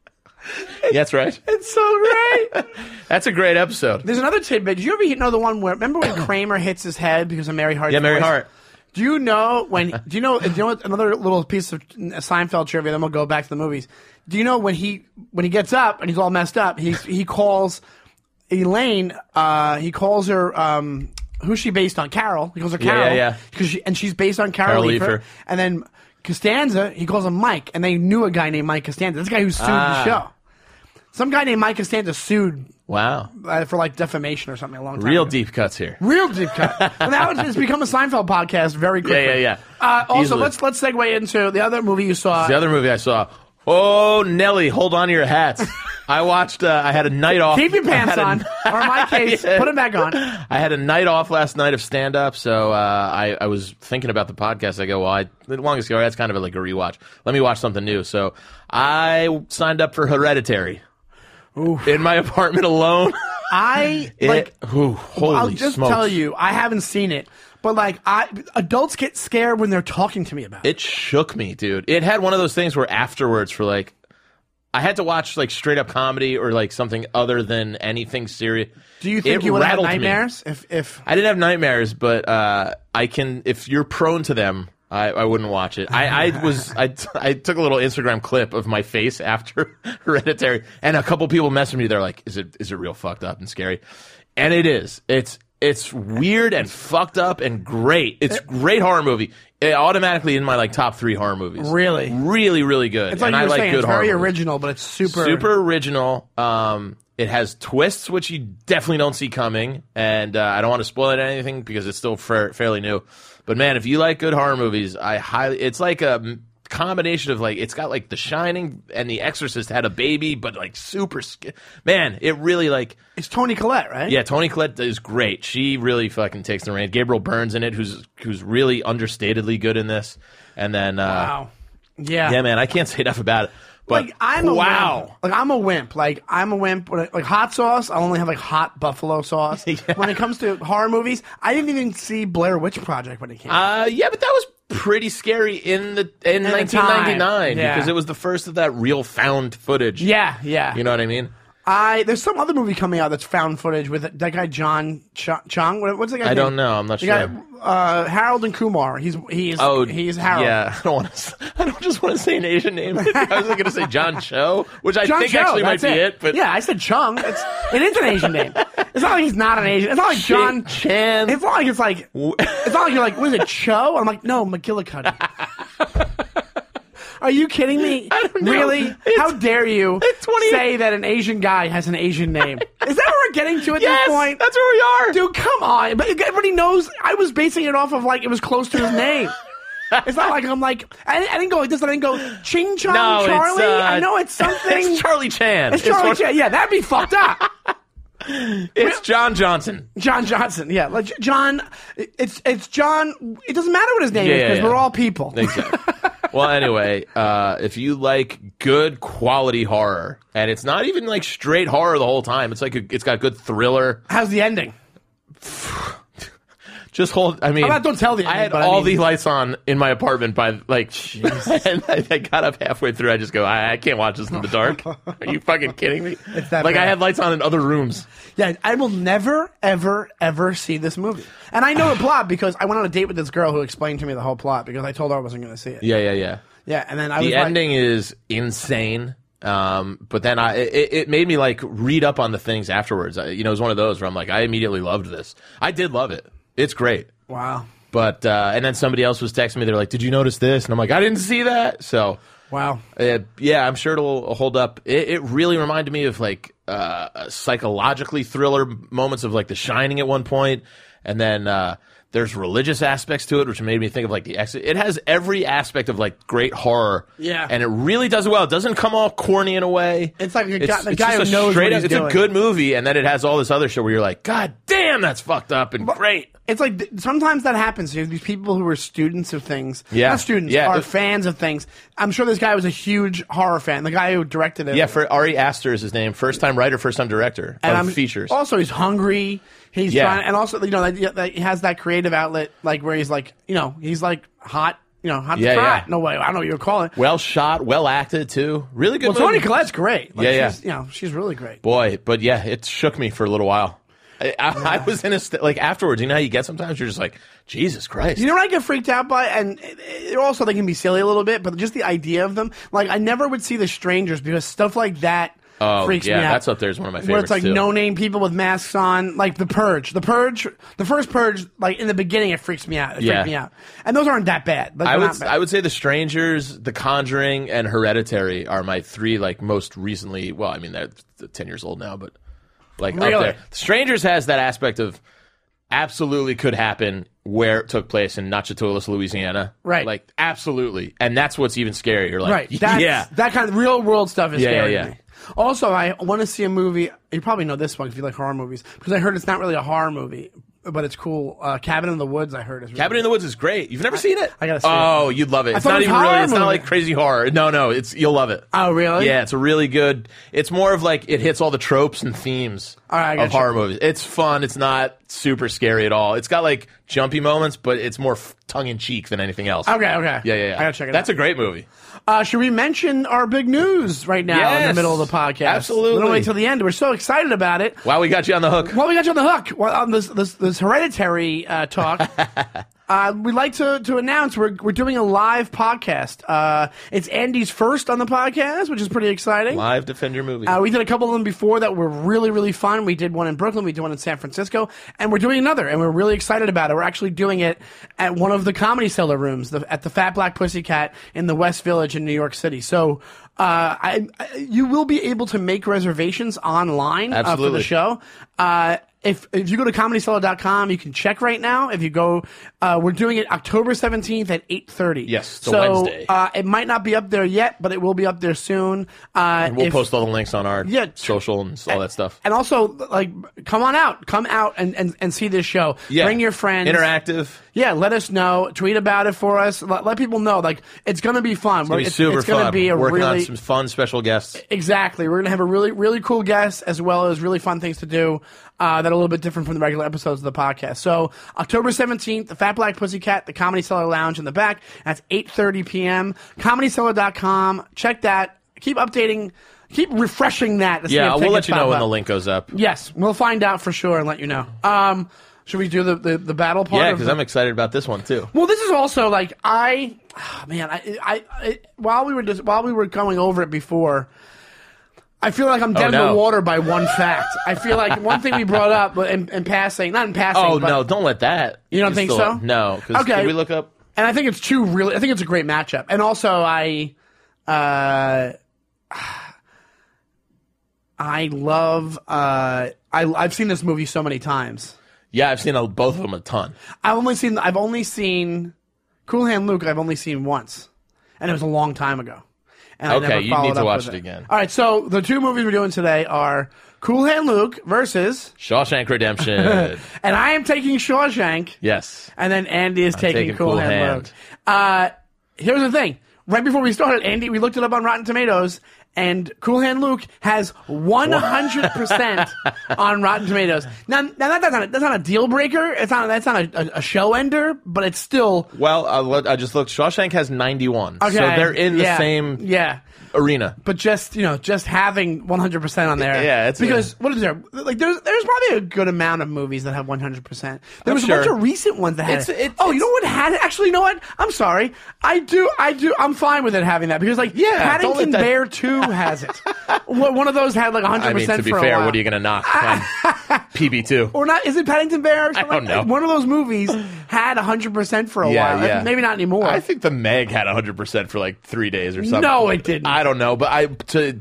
Speaker 2: That's right.
Speaker 3: It's so great.
Speaker 2: That's a great episode.
Speaker 3: There's another tidbit. Did you ever know the one where? Remember when Kramer hits his head because of Mary Hart?
Speaker 2: Yeah, Mary Hart.
Speaker 3: Do you know when? Do you know? Do you know what- another little piece of Seinfeld trivia? Then we'll go back to the movies. Do you know when he when he gets up and he's all messed up? He he calls Elaine. Uh, he calls her. Um, who's she based on? Carol. He calls her
Speaker 2: Yeah,
Speaker 3: Carol.
Speaker 2: yeah, yeah.
Speaker 3: 'cause she, and she's based on Carol,
Speaker 2: Carol
Speaker 3: Leifer.
Speaker 2: Leifer.
Speaker 3: And then Costanza. He calls him Mike, and they knew a guy named Mike Costanza. This guy who sued
Speaker 2: Ah.
Speaker 3: the show. Some guy named Mike Costanza sued
Speaker 2: Wow.
Speaker 3: uh, for like defamation or something a long time.
Speaker 2: Real
Speaker 3: ago.
Speaker 2: deep cuts here.
Speaker 3: Real deep cut. and now it's, it's become a Seinfeld podcast very quickly.
Speaker 2: Yeah, yeah, yeah.
Speaker 3: Uh, also,
Speaker 2: Easily.
Speaker 3: let's let's segue into the other movie you saw.
Speaker 2: The other movie I saw. Oh, Nelly, hold on to your hats. I watched. Uh, I had a night off.
Speaker 3: Keep your
Speaker 2: I
Speaker 3: pants
Speaker 2: had a-
Speaker 3: on, or in my case,
Speaker 2: Yeah.
Speaker 3: put them back on.
Speaker 2: I had a night off last night of stand up, so uh, I, I was thinking about the podcast. I go, well, I, the longest go, that's kind of like a rewatch. Let me watch something new. So I signed up for Hereditary in my apartment alone.
Speaker 3: I
Speaker 2: It-
Speaker 3: like.
Speaker 2: whew, holy
Speaker 3: I'll just
Speaker 2: smokes.
Speaker 3: tell you, I haven't seen it, but like, I adults get scared when they're talking to me about it.
Speaker 2: It shook me, dude. It had one of those things where afterwards, for like, I had to watch like straight up comedy or like something other than anything serious.
Speaker 3: Do you think
Speaker 2: It
Speaker 3: you would have
Speaker 2: rattled me.
Speaker 3: nightmares if if?
Speaker 2: I didn't have nightmares, but uh, I can. If you're prone to them, I, I wouldn't watch it. I, I was. I, t- I took a little Instagram clip of my face after Hereditary, and a couple people messaged me. They're like, "Is it is it real fucked up and scary?" And it is. It's it's weird and fucked up and great. It's a great horror movie. It automatically in my like top three horror movies.
Speaker 3: Really?
Speaker 2: really, really good.
Speaker 3: It's like
Speaker 2: and
Speaker 3: you
Speaker 2: I
Speaker 3: were
Speaker 2: like
Speaker 3: saying,
Speaker 2: good
Speaker 3: it's
Speaker 2: horror.
Speaker 3: very
Speaker 2: movies
Speaker 3: original, but it's super.
Speaker 2: super original. Um, it has twists which you definitely don't see coming, and uh, I don't want to spoil it or anything because it's still fa- fairly new. But man, if you like good horror movies, I highly. It's like a m- combination of like it's got like The Shining and The Exorcist had a baby, but like super sk- man, it really like
Speaker 3: It's Tony Collette, right?
Speaker 2: yeah. Tony Collette is great. She really fucking takes the reins. Gabriel Burns in it, who's who's really understatedly good in this, and then uh,
Speaker 3: Wow. Yeah.
Speaker 2: yeah, man, I can't say enough about it. But
Speaker 3: like I'm a
Speaker 2: wow.
Speaker 3: wimp. Like I'm a wimp. Like I'm a wimp. When I- Like hot sauce, I only have like hot buffalo sauce. When it comes to horror movies, I didn't even see Blair Witch Project when it came. out.
Speaker 2: Uh, yeah, but that was pretty scary in the in
Speaker 3: time,
Speaker 2: 1999
Speaker 3: yeah.
Speaker 2: because it was the first of that real found footage.
Speaker 3: yeah, yeah.
Speaker 2: you know what I mean.
Speaker 3: I there's some other movie coming out that's found footage with that guy John Ch- Chong. What- What's the guy?
Speaker 2: I don't know. I'm not
Speaker 3: The
Speaker 2: sure.
Speaker 3: guy uh, Harold and Kumar. He's he's
Speaker 2: Oh,
Speaker 3: he's Harold.
Speaker 2: Yeah, I don't want to. I don't just want to say an Asian name. I was going to say John Cho, which I
Speaker 3: John
Speaker 2: think
Speaker 3: Cho,
Speaker 2: actually might
Speaker 3: that's
Speaker 2: be it. but
Speaker 3: yeah, I said Chung. It's it is an Asian name. It's not like he's not an Asian. It's not like John.
Speaker 2: Chan.
Speaker 3: It's not like it's like it's not like you're like what is it Cho? I'm like no McGillicuddy. Are you kidding me?
Speaker 2: don't know.
Speaker 3: Really?
Speaker 2: It's-
Speaker 3: How dare you
Speaker 2: it's 28
Speaker 3: say that an Asian guy has an Asian name? is that what we're getting to at
Speaker 2: yes,
Speaker 3: this point?
Speaker 2: that's where we are.
Speaker 3: Dude, come on. But everybody knows I was basing it off of like it was close to his name. It's not like I'm like I, I didn't go like this. I didn't go Ching Chong
Speaker 2: no,
Speaker 3: Charlie.
Speaker 2: It's, uh,
Speaker 3: I know it's something.
Speaker 2: It's Charlie Chan.
Speaker 3: It's Charlie
Speaker 2: one-
Speaker 3: Chan. Yeah, that'd be fucked up.
Speaker 2: It's John Johnson.
Speaker 3: John Johnson. Yeah, like, John. It's it's John. It doesn't matter what his name
Speaker 2: Yeah,
Speaker 3: is
Speaker 2: yeah,
Speaker 3: because
Speaker 2: yeah.
Speaker 3: we're all people.
Speaker 2: Exactly. well, anyway, uh, if you like good quality horror, and it's not even like straight horror the whole time, it's like a, it's got good thriller.
Speaker 3: How's the ending?
Speaker 2: Just hold. I mean,
Speaker 3: I'm not- don't tell the
Speaker 2: I
Speaker 3: ending,
Speaker 2: had
Speaker 3: but I
Speaker 2: all
Speaker 3: mean-
Speaker 2: the lights on in my apartment by like, and I, I got up halfway through. I just go, I, I can't watch this in the dark. Are you fucking kidding me? It's
Speaker 3: that
Speaker 2: like I
Speaker 3: bad.
Speaker 2: had lights on in other rooms.
Speaker 3: Yeah, I will never, ever, ever see this movie. And I know the plot because I went on a date with this girl who explained to me the whole plot because I told her I wasn't going to see it.
Speaker 2: Yeah, yeah, yeah.
Speaker 3: Yeah, and then I was
Speaker 2: The
Speaker 3: like,
Speaker 2: ending is insane. Um, but then I it, it made me like read up on the things afterwards. I, you know, it was one of those where I'm like, I immediately loved this. I did love it. It's great.
Speaker 3: wow,
Speaker 2: But uh, and then somebody else was texting me. They're like, "Did you notice this?" And I'm like, "I didn't see that." So
Speaker 3: wow.
Speaker 2: uh, yeah, I'm sure it'll hold up. It, it really reminded me of like uh, psychologically thriller moments of like The Shining at one point, and then uh, there's religious aspects to it, which made me think of like the exit. It has every aspect of like great horror,
Speaker 3: Yeah.
Speaker 2: and it really does it well. It doesn't come all corny in a way.
Speaker 3: It's like a guy- the
Speaker 2: it's
Speaker 3: guy
Speaker 2: just
Speaker 3: who
Speaker 2: a
Speaker 3: knows
Speaker 2: straight
Speaker 3: what
Speaker 2: up-
Speaker 3: he's
Speaker 2: It's
Speaker 3: doing.
Speaker 2: a good movie, and then it has all this other shit where you're like, God damn, that's fucked up and great.
Speaker 3: It's like th- sometimes that happens. You have these people who are students of things,
Speaker 2: Yeah.
Speaker 3: not students,
Speaker 2: Yeah.
Speaker 3: are fans of things. I'm sure this guy was a huge horror fan. The guy who directed it,
Speaker 2: Yeah, for Ari Aster is his name. First time writer, first time director
Speaker 3: and
Speaker 2: of
Speaker 3: I'm-
Speaker 2: features.
Speaker 3: Also, he's hungry. He's
Speaker 2: Yeah.
Speaker 3: trying, and also you know that, that he has that creative outlet, like where he's like, you know, he's like hot, you know, hot
Speaker 2: Yeah,
Speaker 3: to trot.
Speaker 2: yeah.
Speaker 3: No way, I don't know what you're calling.
Speaker 2: well shot, well acted too. Really good.
Speaker 3: Well, Toni
Speaker 2: movie.
Speaker 3: Collette's great. Like,
Speaker 2: Yeah, yeah.
Speaker 3: She's, you know, she's really great.
Speaker 2: Boy, but yeah, it shook me for a little while. I, I, I was in a st- like afterwards. You know how you get sometimes you're just like Jesus Christ.
Speaker 3: You know what I get freaked out by, and eh, also they can be silly a little bit, but just the idea of them. Like I never would see the strangers because stuff like that
Speaker 2: oh
Speaker 3: freaks
Speaker 2: yeah,
Speaker 3: me out.
Speaker 2: that's up there is one of my favorites
Speaker 3: where it's like
Speaker 2: too.
Speaker 3: no name people with masks on, like the purge. The purge, the first purge, like in the beginning, it freaks me out. It
Speaker 2: Yeah.
Speaker 3: freaked me out, and those aren't that bad. Like,
Speaker 2: I
Speaker 3: they're
Speaker 2: would
Speaker 3: not bad.
Speaker 2: I would say The Strangers, The Conjuring, and Hereditary are my three like most recently. Well, I mean they're, they're ten years old now, but like up
Speaker 3: Really?
Speaker 2: there. Strangers has that aspect of absolutely could happen where it took place in Natchitoches, Louisiana.
Speaker 3: Right.
Speaker 2: Like absolutely, and that's what's even scarier. Like
Speaker 3: right. That's,
Speaker 2: yeah,
Speaker 3: that kind of real world stuff is
Speaker 2: Yeah, yeah,
Speaker 3: scary
Speaker 2: yeah.
Speaker 3: to me. Also, I want to see a movie. You probably know this one if you like horror movies, because I heard it's not really a horror movie, but it's cool. Uh, Cabin in the Woods, I heard is really
Speaker 2: Cabin in the Woods is great. You've never seen it?
Speaker 3: I gotta see it.
Speaker 2: Oh, you'd love it. It's
Speaker 3: thought it was
Speaker 2: not even really.
Speaker 3: horror
Speaker 2: It's not
Speaker 3: movie.
Speaker 2: like crazy horror. No, no. It's you'll love it.
Speaker 3: Oh, really?
Speaker 2: Yeah, it's a really good. It's more of like it hits all the tropes and themes
Speaker 3: All right, I
Speaker 2: of
Speaker 3: gotcha.
Speaker 2: horror movies. It's fun. It's not super scary at all. It's got like jumpy moments, but it's more tongue in cheek than anything else.
Speaker 3: Okay, okay.
Speaker 2: Yeah, yeah, yeah.
Speaker 3: I gotta check it
Speaker 2: That's
Speaker 3: out.
Speaker 2: a great movie.
Speaker 3: Uh, should we mention our big news right now in the
Speaker 2: Yes.
Speaker 3: middle of the podcast?
Speaker 2: Absolutely.
Speaker 3: We don't wait till the end. We're so excited about it.
Speaker 2: Wow, we got you on the hook.
Speaker 3: Well, we got you on the hook well, on this this, this hereditary uh, talk. uh, we'd like to, to announce we're, we're doing a live podcast. Uh, it's Andy's first on the podcast, which is pretty exciting.
Speaker 2: Live defend your movie.
Speaker 3: Uh, we did a couple of them before that were really, really fun. We did one in Brooklyn, we did one in San Francisco, and we're doing another, and we're really excited about it. We're actually doing it at one of the comedy cellar rooms, the, at the Fat Black Pussycat in the West Village in New York City. So, uh, I, I, you will be able to make reservations online uh, for
Speaker 2: Absolutely.
Speaker 3: the show. Uh, if if you go to comedyseller.com, you can check right now. If you go, uh, we're doing it October seventeenth at eight thirty.
Speaker 2: Yes, it's a
Speaker 3: so
Speaker 2: Wednesday.
Speaker 3: Uh, it might not be up there yet, but it will be up there soon. Uh,
Speaker 2: We'll
Speaker 3: if-
Speaker 2: post all the links on our
Speaker 3: Yeah, tr-
Speaker 2: social and all that stuff.
Speaker 3: And also, like, come on out, come out and, and, and see this show.
Speaker 2: Yeah.
Speaker 3: Bring your friends.
Speaker 2: Interactive.
Speaker 3: Yeah, let us know. Tweet about it for us. Let, let people know. Like, it's going to be fun.
Speaker 2: It'll
Speaker 3: We're-
Speaker 2: be super
Speaker 3: it's
Speaker 2: fun.
Speaker 3: going to be a
Speaker 2: Working on
Speaker 3: really
Speaker 2: some fun special guests.
Speaker 3: exactly. We're going to have a really really cool guest as well as really fun things to do uh, that are a little bit different from the regular episodes of the podcast. So October seventeenth, the Fat Black Pussycat, the Comedy Cellar Lounge in the back. That's eight thirty p.m. ComedyCellar.com. Check that. Keep updating. Keep refreshing that. to see if
Speaker 2: Yeah, we'll
Speaker 3: tickets
Speaker 2: let you know
Speaker 3: pop
Speaker 2: when
Speaker 3: up.
Speaker 2: the link goes up.
Speaker 3: Yes, we'll find out for sure and let you know. Um, should we do the, the, the battle part?
Speaker 2: Yeah,
Speaker 3: of
Speaker 2: because
Speaker 3: the-
Speaker 2: I'm excited about this one too.
Speaker 3: Well, this is also like I, ah, man, I, I, I, while we were just while we were going over it before, I feel like I'm dead in
Speaker 2: Oh, no.
Speaker 3: the water by one fact. I feel like one thing we brought up in, in passing, not in passing.
Speaker 2: Oh
Speaker 3: but,
Speaker 2: no, don't let that.
Speaker 3: You don't
Speaker 2: can
Speaker 3: think
Speaker 2: still-
Speaker 3: so?
Speaker 2: No. 'cause
Speaker 3: Okay.
Speaker 2: Can we look up?
Speaker 3: and I think it's two really. I think it's a great matchup, and also I, uh, I love. Uh, I I've seen this movie so many times.
Speaker 2: Yeah, I've seen a, both of them a ton.
Speaker 3: I've only seen I've only seen Cool Hand Luke. I've only seen once, and it was a long time ago. And
Speaker 2: Okay,
Speaker 3: I never
Speaker 2: you
Speaker 3: followed
Speaker 2: need to
Speaker 3: up
Speaker 2: watch
Speaker 3: with
Speaker 2: it again.
Speaker 3: All right, so the two movies we're doing today are Cool Hand Luke versus,
Speaker 2: Shawshank Redemption.
Speaker 3: and I am taking Shawshank,
Speaker 2: yes.
Speaker 3: and then Andy is taking,
Speaker 2: taking
Speaker 3: Cool,
Speaker 2: Cool
Speaker 3: Hand,
Speaker 2: Hand.
Speaker 3: Luke. Uh, here's the thing: right before we started, Andy, we looked it up on Rotten Tomatoes. And Cool Hand Luke has 100% on Rotten Tomatoes. Now, now that- that's, not a, that's not a deal breaker. It's not, that's not a, a, a show ender, but it's still
Speaker 2: Well, I, lo- I just looked. Shawshank has 91.
Speaker 3: Okay.
Speaker 2: So they're in the
Speaker 3: Yeah.
Speaker 2: same
Speaker 3: Yeah.
Speaker 2: arena.
Speaker 3: But just you know, just having 100 percent on there,
Speaker 2: Yeah, it's-
Speaker 3: because what is there? Like there's there's probably a good amount of movies that have 100. percent There
Speaker 2: I'm
Speaker 3: was a bunch
Speaker 2: sure.
Speaker 3: of recent ones that had.
Speaker 2: It's-
Speaker 3: it.
Speaker 2: it-
Speaker 3: oh, you
Speaker 2: it's-
Speaker 3: know what had it? actually? You know what? I'm sorry. I do. I do. I'm fine with it having that because like
Speaker 2: Yeah, don't
Speaker 3: Paddington
Speaker 2: let that-
Speaker 3: Bear Two has it. One one of those had like 100
Speaker 2: I mean,
Speaker 3: percent.
Speaker 2: to be
Speaker 3: for a
Speaker 2: fair,
Speaker 3: while.
Speaker 2: what are you going to knock? on PB2.
Speaker 3: or not? Is it Paddington Bear? Or something
Speaker 2: don't
Speaker 3: like that?
Speaker 2: know.
Speaker 3: One of those movies had 100 percent for a
Speaker 2: Yeah,
Speaker 3: while.
Speaker 2: yeah.
Speaker 3: Maybe not anymore.
Speaker 2: I think the Meg had 100% for like three days or something.
Speaker 3: No, it didn't.
Speaker 2: I don't know, but I to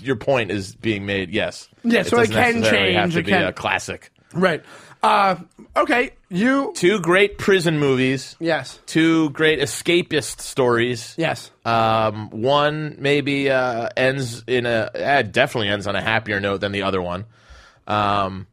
Speaker 2: your point is being made. Yes.
Speaker 3: Yeah, so it
Speaker 2: doesn't
Speaker 3: can
Speaker 2: necessarily Have
Speaker 3: change,
Speaker 2: to
Speaker 3: it
Speaker 2: be
Speaker 3: can-
Speaker 2: a classic.
Speaker 3: right. Uh, okay. You.
Speaker 2: Two great prison movies.
Speaker 3: Yes.
Speaker 2: Two great escapist stories.
Speaker 3: Yes.
Speaker 2: Um, one maybe uh, ends in a eh, definitely ends on a happier note than the other one. Um,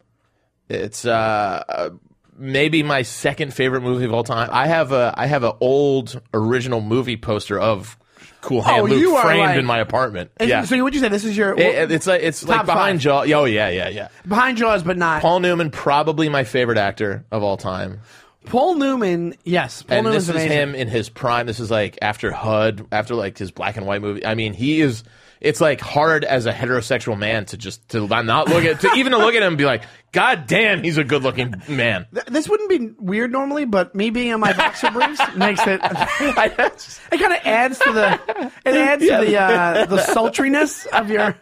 Speaker 2: it's uh, uh, maybe my second favorite movie of all time. I have a I have an old original movie poster of Cool Hand
Speaker 3: Oh,
Speaker 2: Luke
Speaker 3: you are
Speaker 2: framed
Speaker 3: like-
Speaker 2: in my my apartment.
Speaker 3: Is-
Speaker 2: yeah.
Speaker 3: So you- what'd you say? This is your
Speaker 2: It- it's like it's
Speaker 3: Top
Speaker 2: like behind
Speaker 3: five.
Speaker 2: Jaws. Oh yeah, yeah, yeah.
Speaker 3: behind Jaws, but not Paul,
Speaker 2: Paul Newman, probably my favorite actor of all time,
Speaker 3: Newman. Yes, Paul
Speaker 2: and
Speaker 3: Newman's
Speaker 2: this is
Speaker 3: amazing.
Speaker 2: him in his prime. This is like after HUD, after like his black and white movie. I mean, he is. It's like hard as a heterosexual man to just to not look at to even to look at him and be like, God damn, he's a good looking man.
Speaker 3: Th- This wouldn't be weird normally, but me being in my boxer briefs makes it. It kind of adds to the. It adds to the uh, the sultriness of your.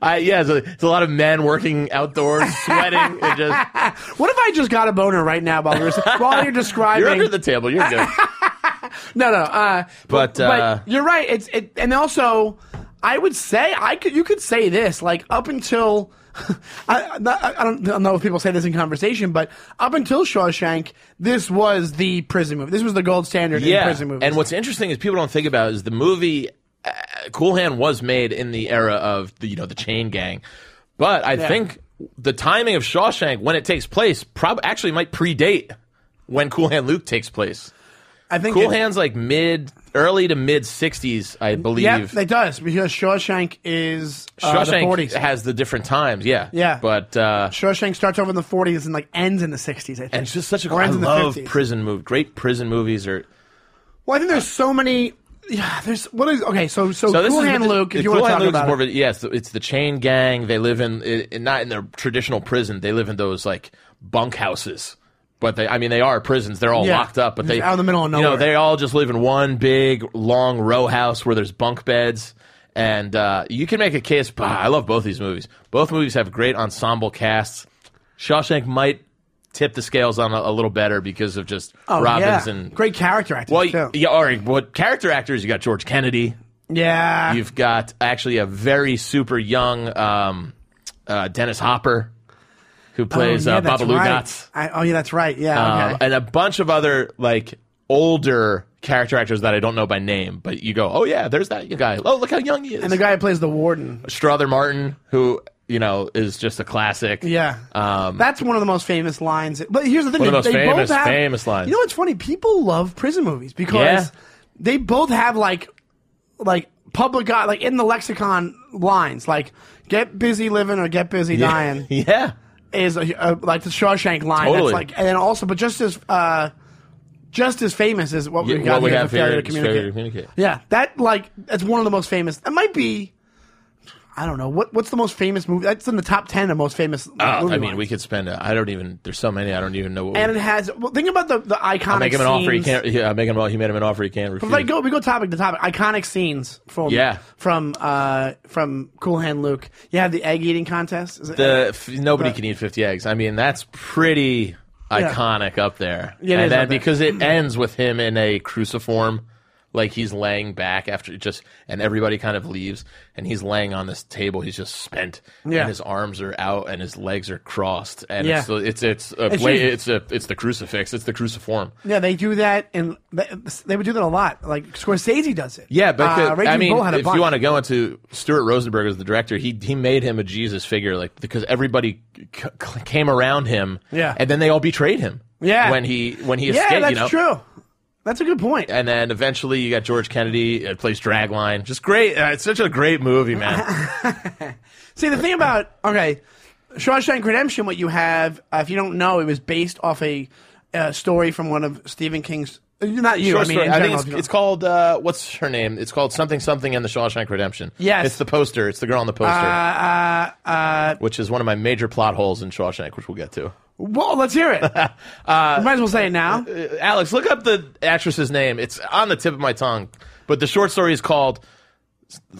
Speaker 2: I, yeah, it's a, it's a lot of men working outdoors, sweating. It just
Speaker 3: What if I just got a boner right now while you're while you're describing?
Speaker 2: you're under the table. You're good.
Speaker 3: no, no. Uh,
Speaker 2: But, uh,
Speaker 3: but you're right. It's it, and also I would say I could you could say this like up until I, I, I don't know if people say this in conversation, but up until Shawshank, this was the prison movie. This was the gold standard in prison movies.
Speaker 2: And what's interesting is people don't think about is the movie uh, Cool Hand was made in the era of the you know the chain gang, but I think the timing of Shawshank when it takes place prob actually might predate when Cool Hand Luke takes place.
Speaker 3: I think
Speaker 2: Cool
Speaker 3: it-
Speaker 2: Hand's like mid early to mid '60s, I believe.
Speaker 3: Yeah, it does because Shawshank is uh, the
Speaker 2: Shawshank
Speaker 3: 40s.
Speaker 2: has the different times, yeah,
Speaker 3: Yeah.
Speaker 2: but. uh
Speaker 3: Shawshank starts over in the 40s and like ends in the 60s. I think.
Speaker 2: and it's just such a
Speaker 3: Or
Speaker 2: I
Speaker 3: ends in the
Speaker 2: love
Speaker 3: 50s.
Speaker 2: prison movie. Great prison movies are
Speaker 3: Well, I think there's so many. Yeah, there's what is okay. So so, Cool
Speaker 2: is-
Speaker 3: Hand Luke. If
Speaker 2: the
Speaker 3: you want
Speaker 2: Cool
Speaker 3: to
Speaker 2: Hand
Speaker 3: talk
Speaker 2: Luke's
Speaker 3: about
Speaker 2: more
Speaker 3: it.
Speaker 2: of a, yes, it's the chain gang. They live in, i- not in their traditional prison. They live in those like bunkhouses. But they, I mean, they are prisons. They're all
Speaker 3: Yeah.
Speaker 2: locked up, but
Speaker 3: Just
Speaker 2: they
Speaker 3: out in the middle of
Speaker 2: You know,
Speaker 3: nowhere.
Speaker 2: they all just live in one big long row house where there's bunk beds. And uh, you can make a case. Bah, I love both these movies. Both movies have great ensemble casts. Shawshank might tip the scales on a, a little better because of just
Speaker 3: Oh,
Speaker 2: Robbins
Speaker 3: yeah.
Speaker 2: and
Speaker 3: great character acting.
Speaker 2: Well,
Speaker 3: too.
Speaker 2: yeah, all right. What character actors? You got George Kennedy.
Speaker 3: Yeah.
Speaker 2: You've got actually a very super young um, uh, Dennis Hopper. who plays
Speaker 3: oh, yeah,
Speaker 2: uh,
Speaker 3: that's
Speaker 2: Baba Lou
Speaker 3: right.
Speaker 2: Dots.
Speaker 3: I, oh yeah, that's right. Yeah.
Speaker 2: Um,
Speaker 3: okay.
Speaker 2: and a bunch of other like older character actors that I don't know by name, but you go, oh yeah, there's that guy. Oh look how young he is.
Speaker 3: And the guy who plays the warden.
Speaker 2: Strother Martin, who you know is just a classic.
Speaker 3: Yeah.
Speaker 2: Um,
Speaker 3: That's one of the most famous lines. But here's the thing:
Speaker 2: One of the
Speaker 3: they-
Speaker 2: most
Speaker 3: they
Speaker 2: famous-
Speaker 3: both have,
Speaker 2: famous lines.
Speaker 3: You know what's funny? People love prison movies because
Speaker 2: Yeah.
Speaker 3: they both have like, like public eye- like in the lexicon lines like "get busy living" or "get busy dying"
Speaker 2: yeah.
Speaker 3: is a, a, like the Shawshank line. That's
Speaker 2: Totally.
Speaker 3: like, and then also, but just as uh, just as famous is what
Speaker 2: Yeah,
Speaker 3: we got
Speaker 2: what we
Speaker 3: here
Speaker 2: have
Speaker 3: for failure
Speaker 2: here
Speaker 3: to
Speaker 2: is failure to
Speaker 3: communicate.
Speaker 2: communicate.
Speaker 3: Yeah, that like that's one of the most famous. It might be. I don't know what what's the most famous movie. That's in the top ten of most famous.
Speaker 2: Oh,
Speaker 3: movie
Speaker 2: I mean,
Speaker 3: lines.
Speaker 2: we could spend. A, I don't even. There's so many. I don't even know. What
Speaker 3: and
Speaker 2: we,
Speaker 3: it has. Well, think about the the iconic.
Speaker 2: I'll make him an
Speaker 3: scenes.
Speaker 2: offer. He can't. Yeah, I'll make him. He made him an offer. He can't refuse.
Speaker 3: If I go, we go topic to topic. Iconic scenes from
Speaker 2: Yeah.
Speaker 3: from uh from Cool Hand Luke. You have the egg eating contest. Is it-
Speaker 2: the f- nobody
Speaker 3: But-
Speaker 2: can eat 50 eggs. I mean, that's pretty iconic up there.
Speaker 3: Yeah, it
Speaker 2: and
Speaker 3: is
Speaker 2: then
Speaker 3: up there.
Speaker 2: because it ends with him in a cruciform, like he's laying back after just, and everybody kind of leaves, and he's laying on this table. He's just spent,
Speaker 3: Yeah.
Speaker 2: and his arms are out, and his legs are crossed, and
Speaker 3: Yeah.
Speaker 2: it's the- it's it's a
Speaker 3: It's
Speaker 2: play,
Speaker 3: usually-
Speaker 2: it's a it's the crucifix, it's the cruciform.
Speaker 3: yeah, they do that, and they, they would do that a lot. Like Scorsese does it.
Speaker 2: Yeah, but
Speaker 3: Uh,
Speaker 2: the-
Speaker 3: Raging
Speaker 2: I mean,
Speaker 3: Bull had a
Speaker 2: if
Speaker 3: bunch.
Speaker 2: you want to go into Stuart Rosenberg as the director, he he made him a Jesus figure, like because everybody c- c- came around him,
Speaker 3: Yeah.
Speaker 2: and then they all betrayed him,
Speaker 3: Yeah.
Speaker 2: when he when he
Speaker 3: yeah,
Speaker 2: escaped,
Speaker 3: that's
Speaker 2: you know,
Speaker 3: true. That's a good point.
Speaker 2: and then eventually you got George Kennedy uh, plays Dragline, just great. Uh, it's such a great movie, man.
Speaker 3: See, the thing about okay, Shawshank Redemption, what you have, uh, if you don't know, it was based off a uh, story from one of Stephen King's. Not you.
Speaker 2: Short
Speaker 3: I mean,
Speaker 2: story.
Speaker 3: in
Speaker 2: Uh,
Speaker 3: general,
Speaker 2: I think
Speaker 3: if you
Speaker 2: it's,
Speaker 3: don't-
Speaker 2: it's called uh, what's her name? It's called something something in the Shawshank Redemption.
Speaker 3: Yes.
Speaker 2: it's the poster. It's the girl on the poster,
Speaker 3: uh, uh, uh,
Speaker 2: which is one of my major plot holes in Shawshank, which we'll get to.
Speaker 3: well, let's hear it. uh, might as well say it now.
Speaker 2: Uh, Alex, look up the actress's name. It's on the tip of my tongue. But the short story is called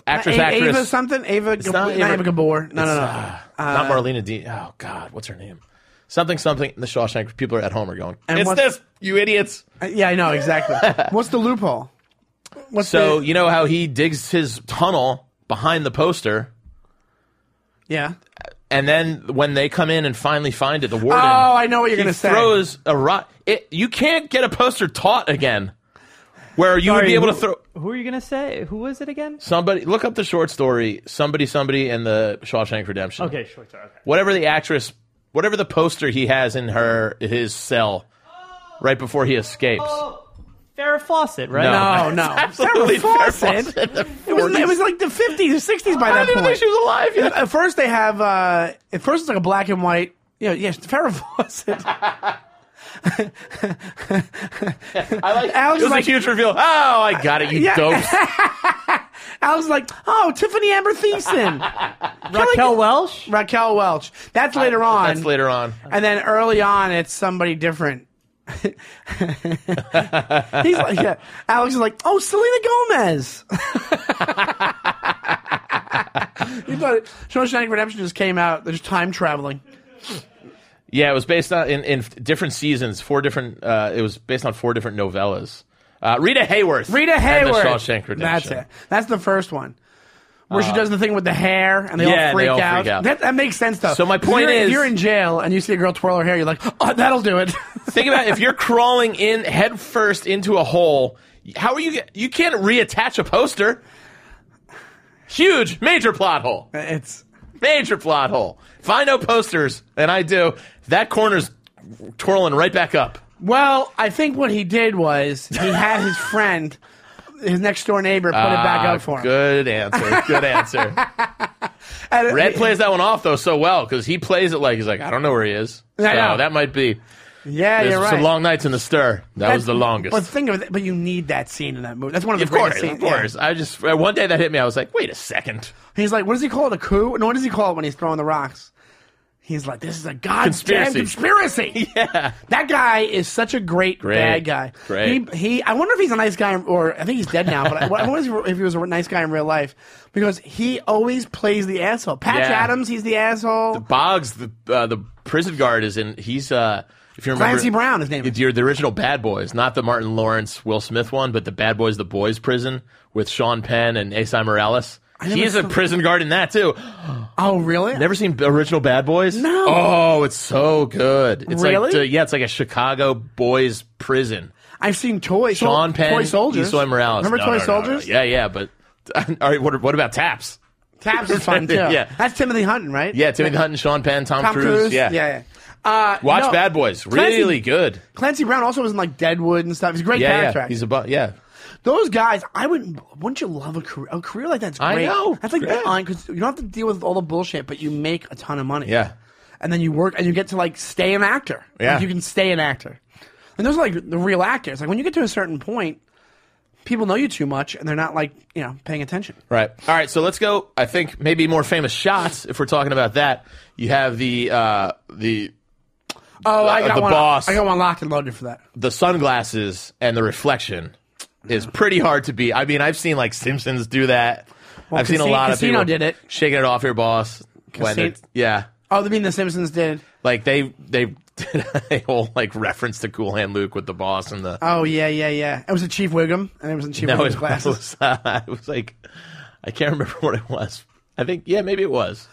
Speaker 2: Actress,
Speaker 3: A-
Speaker 2: Actress.
Speaker 3: Ava something? Ava, Gab-
Speaker 2: not
Speaker 3: not
Speaker 2: Ava-
Speaker 3: Ava, Gabor. No, no, no.
Speaker 2: not
Speaker 3: Uh,
Speaker 2: Marlena Dean. Oh, God. What's her name? Something, something. The Shawshank people are at home are going,
Speaker 3: And
Speaker 2: it's
Speaker 3: what-
Speaker 2: this, you idiots.
Speaker 3: Uh, yeah, I know, exactly. What's the loophole? What's
Speaker 2: So,
Speaker 3: the,
Speaker 2: you know how he digs his tunnel behind the poster?
Speaker 3: yeah.
Speaker 2: And then when they come in and finally find it, the warden.
Speaker 3: Oh, I know what you're
Speaker 2: he
Speaker 3: going to say.
Speaker 2: throws a rock. It, you can't get a poster taught again where you would
Speaker 4: Sorry,
Speaker 2: be able
Speaker 4: who-
Speaker 2: to throw.
Speaker 4: Who are you gonna say? Who was it again?
Speaker 2: Somebody look up the short story. Somebody, somebody in the Shawshank Redemption.
Speaker 4: Okay, sure, sure. Okay.
Speaker 2: Whatever the actress, whatever the poster he has in her his cell, right before he escapes.
Speaker 4: Oh, Farrah Fawcett, right?
Speaker 3: No, no.
Speaker 2: absolutely
Speaker 3: Farrah
Speaker 2: Farrah
Speaker 3: Fawcett.
Speaker 2: Fawcett.
Speaker 3: It was, it was like the 50s or 60s by
Speaker 2: I
Speaker 3: that
Speaker 2: didn't even
Speaker 3: point.
Speaker 2: think she was alive yet.
Speaker 3: At first, they have. Uh, at first, it's like a black and white. You know, yes, Farrah Fawcett.
Speaker 2: I like.
Speaker 3: Alex
Speaker 2: it was
Speaker 3: is like-
Speaker 2: a huge reveal. Oh, I got it. You
Speaker 3: Yeah.
Speaker 2: dopes.
Speaker 3: I was like, oh, Tiffany Amber Thiessen,
Speaker 4: Raquel Welch.
Speaker 3: Raquel Welch. That's later on.
Speaker 2: That's later on.
Speaker 3: And then early on, it's somebody different. He's like, yeah. Alex is like, oh, Selena Gomez. you thought it- Shawshank Redemption just came out. There's time traveling.
Speaker 2: Yeah, it was based on in, in different seasons, four different. Uh, it was based on four different novellas. Uh, Rita Hayworth.
Speaker 3: Rita
Speaker 2: and the
Speaker 3: Hayworth.
Speaker 2: Shawshank Redemption. Uh,
Speaker 3: That's it. That's the first one. Where she does the thing with the hair and they
Speaker 2: yeah,
Speaker 3: all
Speaker 2: they
Speaker 3: freak
Speaker 2: all freak
Speaker 3: out.
Speaker 2: out.
Speaker 3: That, that makes sense, though.
Speaker 2: So my
Speaker 3: If
Speaker 2: point
Speaker 3: you're-
Speaker 2: is-
Speaker 3: if you're in jail and you see a girl twirl her hair, you're like, oh, that'll do it.
Speaker 2: Think about if you're crawling in head first into a hole, how are you? get- You can't reattach a poster. Huge, major plot hole.
Speaker 3: it's
Speaker 2: Major plot hole. If I know posters, and I do, that corner's twirling right back up.
Speaker 3: Well, I think what he did was he had his friend, his next door neighbor, put it back
Speaker 2: Ah,
Speaker 3: up for him.
Speaker 2: Good answer. Good answer.
Speaker 3: And-
Speaker 2: Red plays that one off though so well because he plays it like he's like I don't know where he is. So
Speaker 3: I know.
Speaker 2: that might be.
Speaker 3: Yeah,
Speaker 2: There's
Speaker 3: you're right.
Speaker 2: some long nights in the stir. That was the longest.
Speaker 3: But think of it. But you need that scene in that movie. That's one of the
Speaker 2: of course,
Speaker 3: greatest
Speaker 2: of
Speaker 3: scenes. yeah.
Speaker 2: course. I just uh, one day that hit me. I was like, wait a second.
Speaker 3: He's like, what does he call it? A coup? No, what does he call it when he's throwing the rocks? He's like, this is a goddamn
Speaker 2: Conspiracy.
Speaker 3: conspiracy. Yeah, that guy is such a great,
Speaker 2: Great.
Speaker 3: bad guy.
Speaker 2: Great.
Speaker 3: He, he. I wonder if he's a nice guy, or I think he's dead now. But I, I wonder if he was a nice guy in real life because he always plays the asshole. Patch
Speaker 2: Yeah.
Speaker 3: Adams, he's the asshole.
Speaker 2: Boggs, the uh, the prison guard, is in. He's uh, if you remember,
Speaker 3: Clancy Brown, his name is.
Speaker 2: It's your- the original Bad Boys, not the Martin Lawrence Will Smith one, but the Bad Boys, the Boys Prison with Sean Penn and Asai Morales. He's a prison guard in that too.
Speaker 3: Oh, really?
Speaker 2: Never seen the original Bad Boys?
Speaker 3: No.
Speaker 2: Oh, it's so good. It's
Speaker 3: Really?
Speaker 2: Like, uh, yeah, it's like a Chicago boys prison.
Speaker 3: I've seen Toy Sol-
Speaker 2: Sean Penn,
Speaker 3: Toy Soldiers.
Speaker 2: Eastwood Morales.
Speaker 3: Remember
Speaker 2: No,
Speaker 3: Toy
Speaker 2: no, no, no, no.
Speaker 3: Soldiers?
Speaker 2: Yeah, yeah, but all right. What, what about Taps?
Speaker 3: Taps is fun too.
Speaker 2: Yeah.
Speaker 3: That's Timothy Hutton, right?
Speaker 2: Yeah, Timothy Hunt and Sean Penn, Tom,
Speaker 3: Tom
Speaker 2: Cruise. Yeah,
Speaker 3: yeah. yeah. Uh,
Speaker 2: Watch
Speaker 3: no,
Speaker 2: Bad Boys.
Speaker 3: Clancy-
Speaker 2: Really good.
Speaker 3: Clancy Brown also was in like Deadwood and stuff. He's a great
Speaker 2: Yeah,
Speaker 3: character.
Speaker 2: yeah. He's a bu- yeah.
Speaker 3: Those guys, I wouldn't. Wouldn't you love a career? A career like that's
Speaker 2: I
Speaker 3: great.
Speaker 2: know.
Speaker 3: That's like
Speaker 2: Yeah.
Speaker 3: because you don't have to deal with all the bullshit, but you make a ton of money.
Speaker 2: Yeah.
Speaker 3: and then you work and you get to like stay an actor.
Speaker 2: Yeah.
Speaker 3: Like, you can stay an actor. And those are like the real actors. Like when you get to a certain point, people know you too much and they're not like you know paying attention.
Speaker 2: Right. All right. So let's go. I think maybe more famous shots. If we're talking about that, you have the uh, the
Speaker 3: Oh, I
Speaker 2: Uh,
Speaker 3: got
Speaker 2: the
Speaker 3: one.
Speaker 2: boss.
Speaker 3: I got one locked and loaded for that.
Speaker 2: the sunglasses and the reflection is pretty hard to beat. I mean, I've seen like Simpsons do that. I've seen a
Speaker 3: Casi-
Speaker 2: lot of
Speaker 3: Casino
Speaker 2: people
Speaker 3: did it.
Speaker 2: shaking it off your boss. when
Speaker 3: Casi-
Speaker 2: it's- yeah,
Speaker 3: Oh, I mean the Simpsons did.
Speaker 2: like they they did a whole like reference to Cool Hand Luke with the boss and the
Speaker 3: Oh yeah, yeah, yeah. It was a Chief Wiggum and it was in Chief
Speaker 2: no,
Speaker 3: Wiggum's
Speaker 2: it
Speaker 3: glasses.
Speaker 2: was, uh, it was like I can't remember what it was. I think yeah, maybe it was.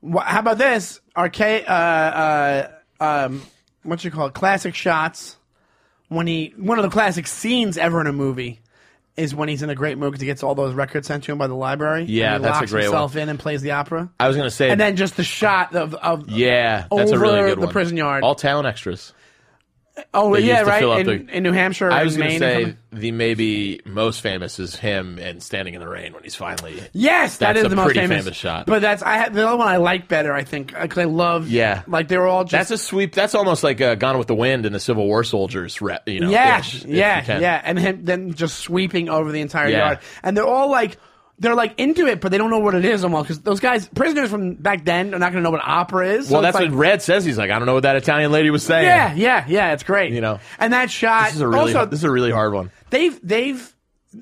Speaker 3: Wha how about this? Arcade, uh, uh, um, what you call it? Classic shots. When he, one of the classic scenes ever in a movie is when he's in a great mood because he gets all those records sent to him by the library.
Speaker 2: Yeah,
Speaker 3: and he
Speaker 2: that's a
Speaker 3: locks
Speaker 2: great
Speaker 3: himself in and plays the opera.
Speaker 2: I was gonna say
Speaker 3: And then just the shot of, of
Speaker 2: yeah, that's a really
Speaker 3: over
Speaker 2: good
Speaker 3: the
Speaker 2: one.
Speaker 3: prison yard.
Speaker 2: all town extras.
Speaker 3: oh
Speaker 2: they
Speaker 3: yeah,
Speaker 2: used to
Speaker 3: right
Speaker 2: fill up
Speaker 3: in,
Speaker 2: the-
Speaker 3: in New Hampshire. or
Speaker 2: I was
Speaker 3: in
Speaker 2: going
Speaker 3: Maine
Speaker 2: to
Speaker 3: or
Speaker 2: say
Speaker 3: something.
Speaker 2: the maybe most famous is him and standing in the rain when he's finally.
Speaker 3: yes, that
Speaker 2: That's
Speaker 3: is
Speaker 2: a
Speaker 3: the most
Speaker 2: pretty
Speaker 3: famous.
Speaker 2: famous shot.
Speaker 3: But that's I had the other one I like better. I think because I love
Speaker 2: Yeah.
Speaker 3: like they were all just
Speaker 2: That's a sweep. That's almost like uh, Gone with the Wind and the Civil War soldiers. Re- you know,
Speaker 3: Yeah,
Speaker 2: ish, if you
Speaker 3: yeah,
Speaker 2: can.
Speaker 3: yeah, and him, then just sweeping over the entire
Speaker 2: Yeah.
Speaker 3: yard, and they're all like, they're like into it, but they don't know what it is almost because those guys, prisoners from back then, are not going to know what opera is. so
Speaker 2: Well,
Speaker 3: it's
Speaker 2: that's
Speaker 3: like,
Speaker 2: what Red says. He's like, I don't know what that Italian lady was saying.
Speaker 3: Yeah, yeah, yeah. It's great,
Speaker 2: You know.
Speaker 3: And that shot.
Speaker 2: this is a really
Speaker 3: also,
Speaker 2: this is a really hard one.
Speaker 3: they've they've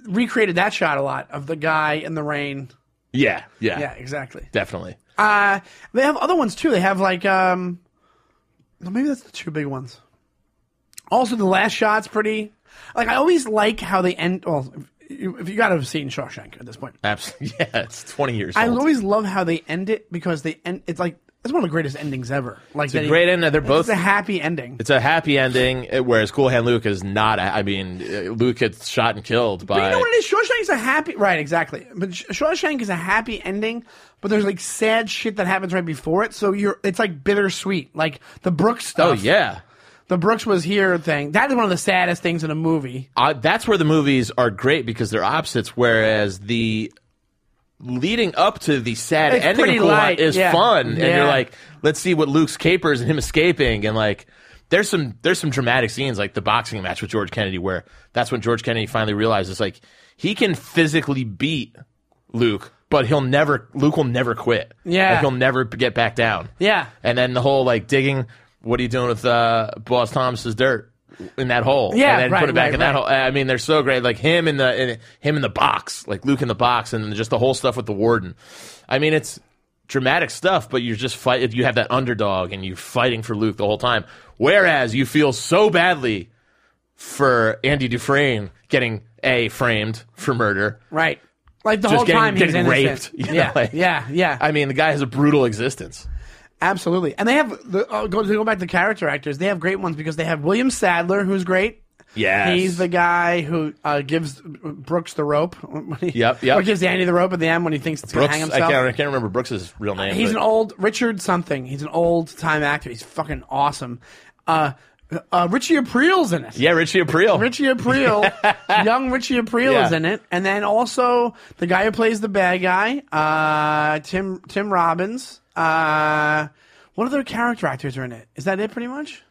Speaker 3: recreated that shot a lot of the guy in the rain.
Speaker 2: Yeah, yeah,
Speaker 3: Yeah, exactly.
Speaker 2: definitely.
Speaker 3: Uh, they have other ones too. They have like um, no, maybe that's the two big ones. Also, the last shot's pretty. Like I always like how they end. Well, if you, if you got to have seen Shawshank at this point,
Speaker 2: Absolutely. Yeah, it's twenty years.
Speaker 3: I
Speaker 2: old.
Speaker 3: always love how they end it because they end. It's like it's one of the greatest endings ever. Like
Speaker 2: It's a great ending. They're both.
Speaker 3: It's a happy ending.
Speaker 2: It's a happy ending, uh, whereas Cool Hand Luke is not. a- I mean, uh, Luke gets shot and killed by.
Speaker 3: But you know what it is? Shawshank's a happy right, exactly. But Sh- Shawshank is a happy ending, but there's like sad shit that happens right before it. So you're, it's like bittersweet. Like the Brooks
Speaker 2: oh
Speaker 3: stuff.
Speaker 2: yeah,
Speaker 3: the Brooks was here thing. That is one of the saddest things in a movie.
Speaker 2: I, that's where the movies are great because they're opposites. Whereas the leading up to the sad
Speaker 3: It's
Speaker 2: ending
Speaker 3: pretty
Speaker 2: of Cool
Speaker 3: light,
Speaker 2: Hand is
Speaker 3: yeah.
Speaker 2: fun, and
Speaker 3: Yeah.
Speaker 2: you're like, let's see what Luke's capers and him escaping, and like. There's some there's some dramatic scenes like the boxing match with George Kennedy where that's when George Kennedy finally realizes like he can physically beat Luke but he'll never Luke will never quit
Speaker 3: Yeah.
Speaker 2: Like, he'll never get back down
Speaker 3: Yeah.
Speaker 2: and then the whole like digging what are you doing with uh, Boss Thomas's dirt in that hole
Speaker 3: Yeah,
Speaker 2: and then
Speaker 3: right,
Speaker 2: put it back
Speaker 3: right,
Speaker 2: in that
Speaker 3: right.
Speaker 2: hole. I mean, they're so great. Like him in the in, him in the box, like Luke in the box, and then just the whole stuff with the warden. I mean, it's dramatic stuff, but you're just fight. You have that underdog, and you're fighting for Luke the whole time. Whereas you feel so badly for Andy Dufresne getting a framed for murder.
Speaker 3: Right. Like the
Speaker 2: Just
Speaker 3: whole
Speaker 2: getting-
Speaker 3: time he was
Speaker 2: getting
Speaker 3: innocent.
Speaker 2: raped, you know,
Speaker 3: yeah,
Speaker 2: like-
Speaker 3: yeah, yeah,
Speaker 2: I mean, the guy has a brutal existence.
Speaker 3: absolutely. And they have the oh, go to go back to character actors. They have great ones because they have William Sadler, who's great.
Speaker 2: Yes.
Speaker 3: he's the guy who uh, gives Brooks the rope. When he,
Speaker 2: Yep, yep.
Speaker 3: Or gives Andy the rope at the end when he thinks it's going to
Speaker 2: Brooks,
Speaker 3: hang
Speaker 2: I
Speaker 3: himself.
Speaker 2: can't, I can't remember Brooks's real name.
Speaker 3: He's
Speaker 2: but-
Speaker 3: an old Richard something. He's an old time actor. He's fucking awesome. Uh, uh, Richie Aprile's in it.
Speaker 2: yeah, Richie Aprile.
Speaker 3: Richie Aprile, young Richie Aprile
Speaker 2: Yeah.
Speaker 3: is in it, and then also the guy who plays the bad guy, uh, Tim Tim Robbins. Uh, what other character actors are in it? Is that it, pretty much?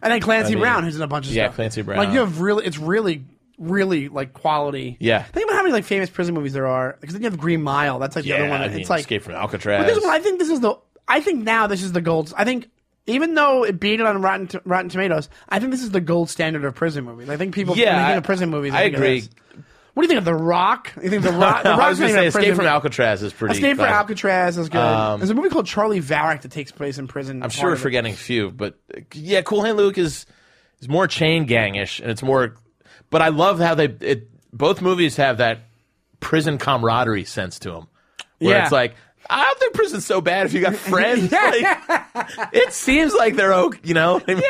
Speaker 3: And then Clancy
Speaker 2: I mean,
Speaker 3: Brown, who's in a bunch of
Speaker 2: yeah,
Speaker 3: stuff.
Speaker 2: Clancy Brown.
Speaker 3: Like you have really, it's really, really like quality.
Speaker 2: Yeah.
Speaker 3: Think about how many like famous prison movies there are. Because then you have Green Mile. That's like the other one.
Speaker 2: I mean,
Speaker 3: it's like
Speaker 2: Escape from Alcatraz.
Speaker 3: but this one, I think this is the. I think now this is the gold. I think even though it beat it on Rotten to, Rotten Tomatoes, I think this is the gold standard of prison movies. I think people
Speaker 2: Yeah,
Speaker 3: when they think
Speaker 2: I-
Speaker 3: of prison movies. they
Speaker 2: I
Speaker 3: think of
Speaker 2: agree.
Speaker 3: this. What do you think of The Rock? You think The Rock? The Rock's
Speaker 2: I was going
Speaker 3: not even
Speaker 2: to say
Speaker 3: a
Speaker 2: Escape
Speaker 3: prison
Speaker 2: from
Speaker 3: movie.
Speaker 2: Alcatraz is pretty.
Speaker 3: Escape from
Speaker 2: classic.
Speaker 3: Alcatraz is good. There's a movie called Charlie Varick that takes place in prison.
Speaker 2: I'm sure we're forgetting a few, but uh, yeah, Cool Hand Luke is is more chain gangish, and it's more. But I love how they it. Both movies have that prison camaraderie sense to them. where
Speaker 3: Yeah.
Speaker 2: it's like I don't think prison's so bad if you got friends. Like, it seems like they're okay, you know. Yeah,
Speaker 4: Maybe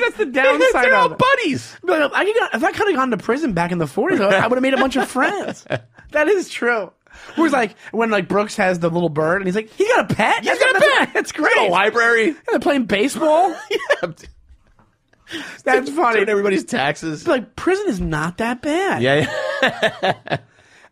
Speaker 4: that's the
Speaker 2: they're
Speaker 4: downside
Speaker 2: all
Speaker 4: of it.
Speaker 2: buddies.
Speaker 3: But I could, if I could have gone to prison back in the 40s, I would have made a bunch of friends. That is true. Whereas, like, when like Brooks has the little bird, and he's like, he got a pet.
Speaker 2: He's got a
Speaker 3: That's-
Speaker 2: pet.
Speaker 3: That's
Speaker 2: Go to
Speaker 3: great.
Speaker 2: the library.
Speaker 3: And they're playing baseball. That's funny.
Speaker 2: Doing everybody's taxes.
Speaker 3: Like, prison is not that bad.
Speaker 2: Yeah, yeah.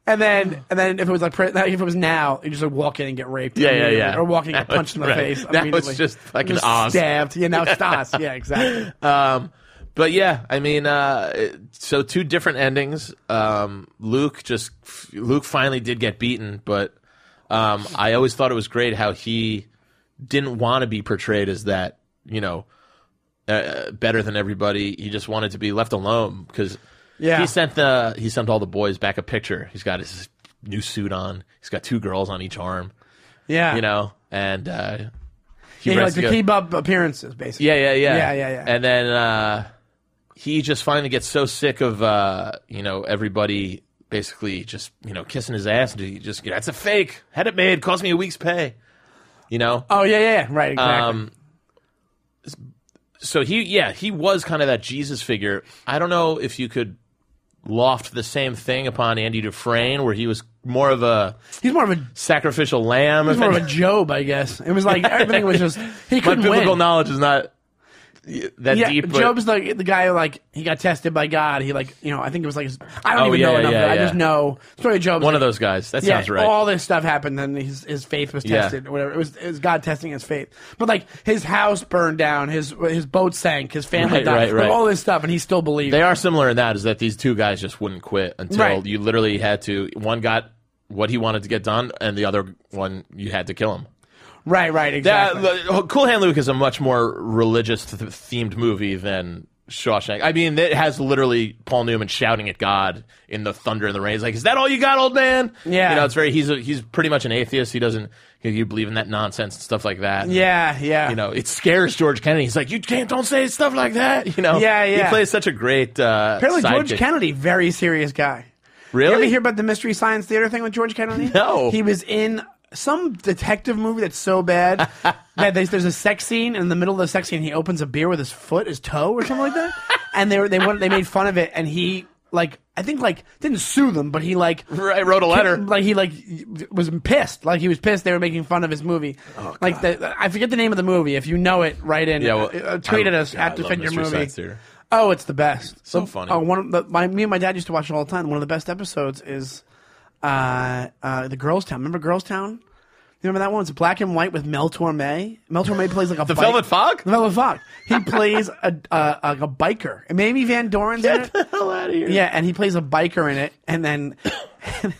Speaker 3: And then, and then if it was like, pri- if it was now, you just like walk in and get raped.
Speaker 2: Yeah, yeah,
Speaker 3: immediately.
Speaker 2: yeah.
Speaker 3: Or walk in and get
Speaker 2: That
Speaker 3: punched in the
Speaker 2: was- right.
Speaker 3: face.
Speaker 2: That was
Speaker 3: immediately.
Speaker 2: just fucking
Speaker 3: Just
Speaker 2: Oz.
Speaker 3: Stabbed. Yeah, now it's Oz. Yeah, exactly.
Speaker 2: Um, but yeah, I mean, uh, it- so two different endings. Um, Luke just Luke finally did get beaten, but um, I always thought it was great how he didn't want to be portrayed as that, you know, uh, better than everybody. He just wanted to be left alone because
Speaker 3: Yeah.
Speaker 2: he sent the he sent all the boys back a picture. He's got his new suit on. He's got two girls on each arm,
Speaker 3: Yeah.
Speaker 2: you know, Ah. and uh, he
Speaker 3: Yeah,
Speaker 2: rests
Speaker 3: like to
Speaker 2: go-
Speaker 3: keep up appearances, basically.
Speaker 2: yeah, yeah, yeah.
Speaker 3: Yeah, yeah, yeah.
Speaker 2: And then uh, he just finally gets so sick of uh, you know everybody basically just you know kissing his ass and he just that's a fake. Had it made, cost me a week's pay. You know.
Speaker 3: Oh yeah, yeah, yeah. right, exactly.
Speaker 2: Um, so he, yeah, he was kind of that Jesus figure. I don't know if you could loft the same thing upon Andy Dufresne, where he was more of a
Speaker 3: he's more of a
Speaker 2: sacrificial lamb.
Speaker 3: It was more of a job, I guess. It was like everything was just he
Speaker 2: My
Speaker 3: couldn't
Speaker 2: biblical
Speaker 3: win.
Speaker 2: knowledge is not that
Speaker 3: yeah,
Speaker 2: deep. but-
Speaker 3: Job's like the guy who like he got tested by God. He like you know I think it was like his, I don't
Speaker 2: Oh,
Speaker 3: even
Speaker 2: yeah,
Speaker 3: know
Speaker 2: yeah,
Speaker 3: enough.
Speaker 2: yeah,
Speaker 3: of it. I
Speaker 2: yeah.
Speaker 3: just know story of Job's
Speaker 2: one
Speaker 3: like,
Speaker 2: of those guys. That
Speaker 3: yeah,
Speaker 2: sounds right.
Speaker 3: All this stuff happened, and his his faith was
Speaker 2: Yeah.
Speaker 3: tested or whatever. It was, it was God testing his faith. But like his house burned down, his his boat sank, his family
Speaker 2: Right,
Speaker 3: died,
Speaker 2: right,
Speaker 3: like,
Speaker 2: right.
Speaker 3: all this stuff, and he still believed.
Speaker 2: They are similar in that is that these two guys just wouldn't quit until
Speaker 3: Right.
Speaker 2: you literally had to. One got what he wanted to get done, and the other one you had to kill him.
Speaker 3: right, right,
Speaker 2: Yeah,
Speaker 3: exactly.
Speaker 2: the- Cool Hand Luke is a much more religious th- themed movie than Shawshank. I mean, it has literally Paul Newman shouting at God in the thunder and the rain. He's like, "Is that all you got, old man?"
Speaker 3: Yeah.
Speaker 2: you know, it's very. He's a, he's pretty much an atheist. He doesn't you believe in that nonsense and stuff like that.
Speaker 3: yeah, yeah.
Speaker 2: you know, it scares George Kennedy. He's like, "You can't, don't say stuff like that." You know,
Speaker 3: Yeah, yeah.
Speaker 2: He plays such a great. Uh,
Speaker 3: Apparently, George
Speaker 2: sidekick.
Speaker 3: Kennedy, very serious guy.
Speaker 2: Really?
Speaker 3: You ever hear about the Mystery Science Theater thing with George Kennedy?
Speaker 2: No.
Speaker 3: He was in some detective movie that's so bad that there's, there's a sex scene, and in the middle of the sex scene, he opens a beer with his foot, his toe, or something like that. and they were, they wanted, they made fun of it, and he like I think like didn't sue them, but he like
Speaker 2: Right, wrote a letter.
Speaker 3: Like he like was pissed. Like he was pissed. They were making fun of his movie. like the, I forget the name of the movie. If you know it, write in.
Speaker 2: Oh, Yeah, well,
Speaker 3: Uh, uh, tweet
Speaker 2: I-
Speaker 3: at us
Speaker 2: God, I
Speaker 3: at
Speaker 2: love
Speaker 3: Defend Your
Speaker 2: Mystery
Speaker 3: Movie.
Speaker 2: Science Theater.
Speaker 3: Oh, it's the best.
Speaker 2: So
Speaker 3: The-
Speaker 2: funny.
Speaker 3: Oh, one of the, my, me and my dad used to watch it all the time. One of the best episodes is uh, uh, the Girls Town. Remember Girls Town? You remember that one? It's black and white with Mel Torme. Mel Torme plays like a
Speaker 2: The Velvet Fog?
Speaker 3: The Velvet Fog. He plays a uh, like a biker. And Mamie Van Doren's in it.
Speaker 2: hell out of here.
Speaker 3: Yeah, and he plays a biker in it, and then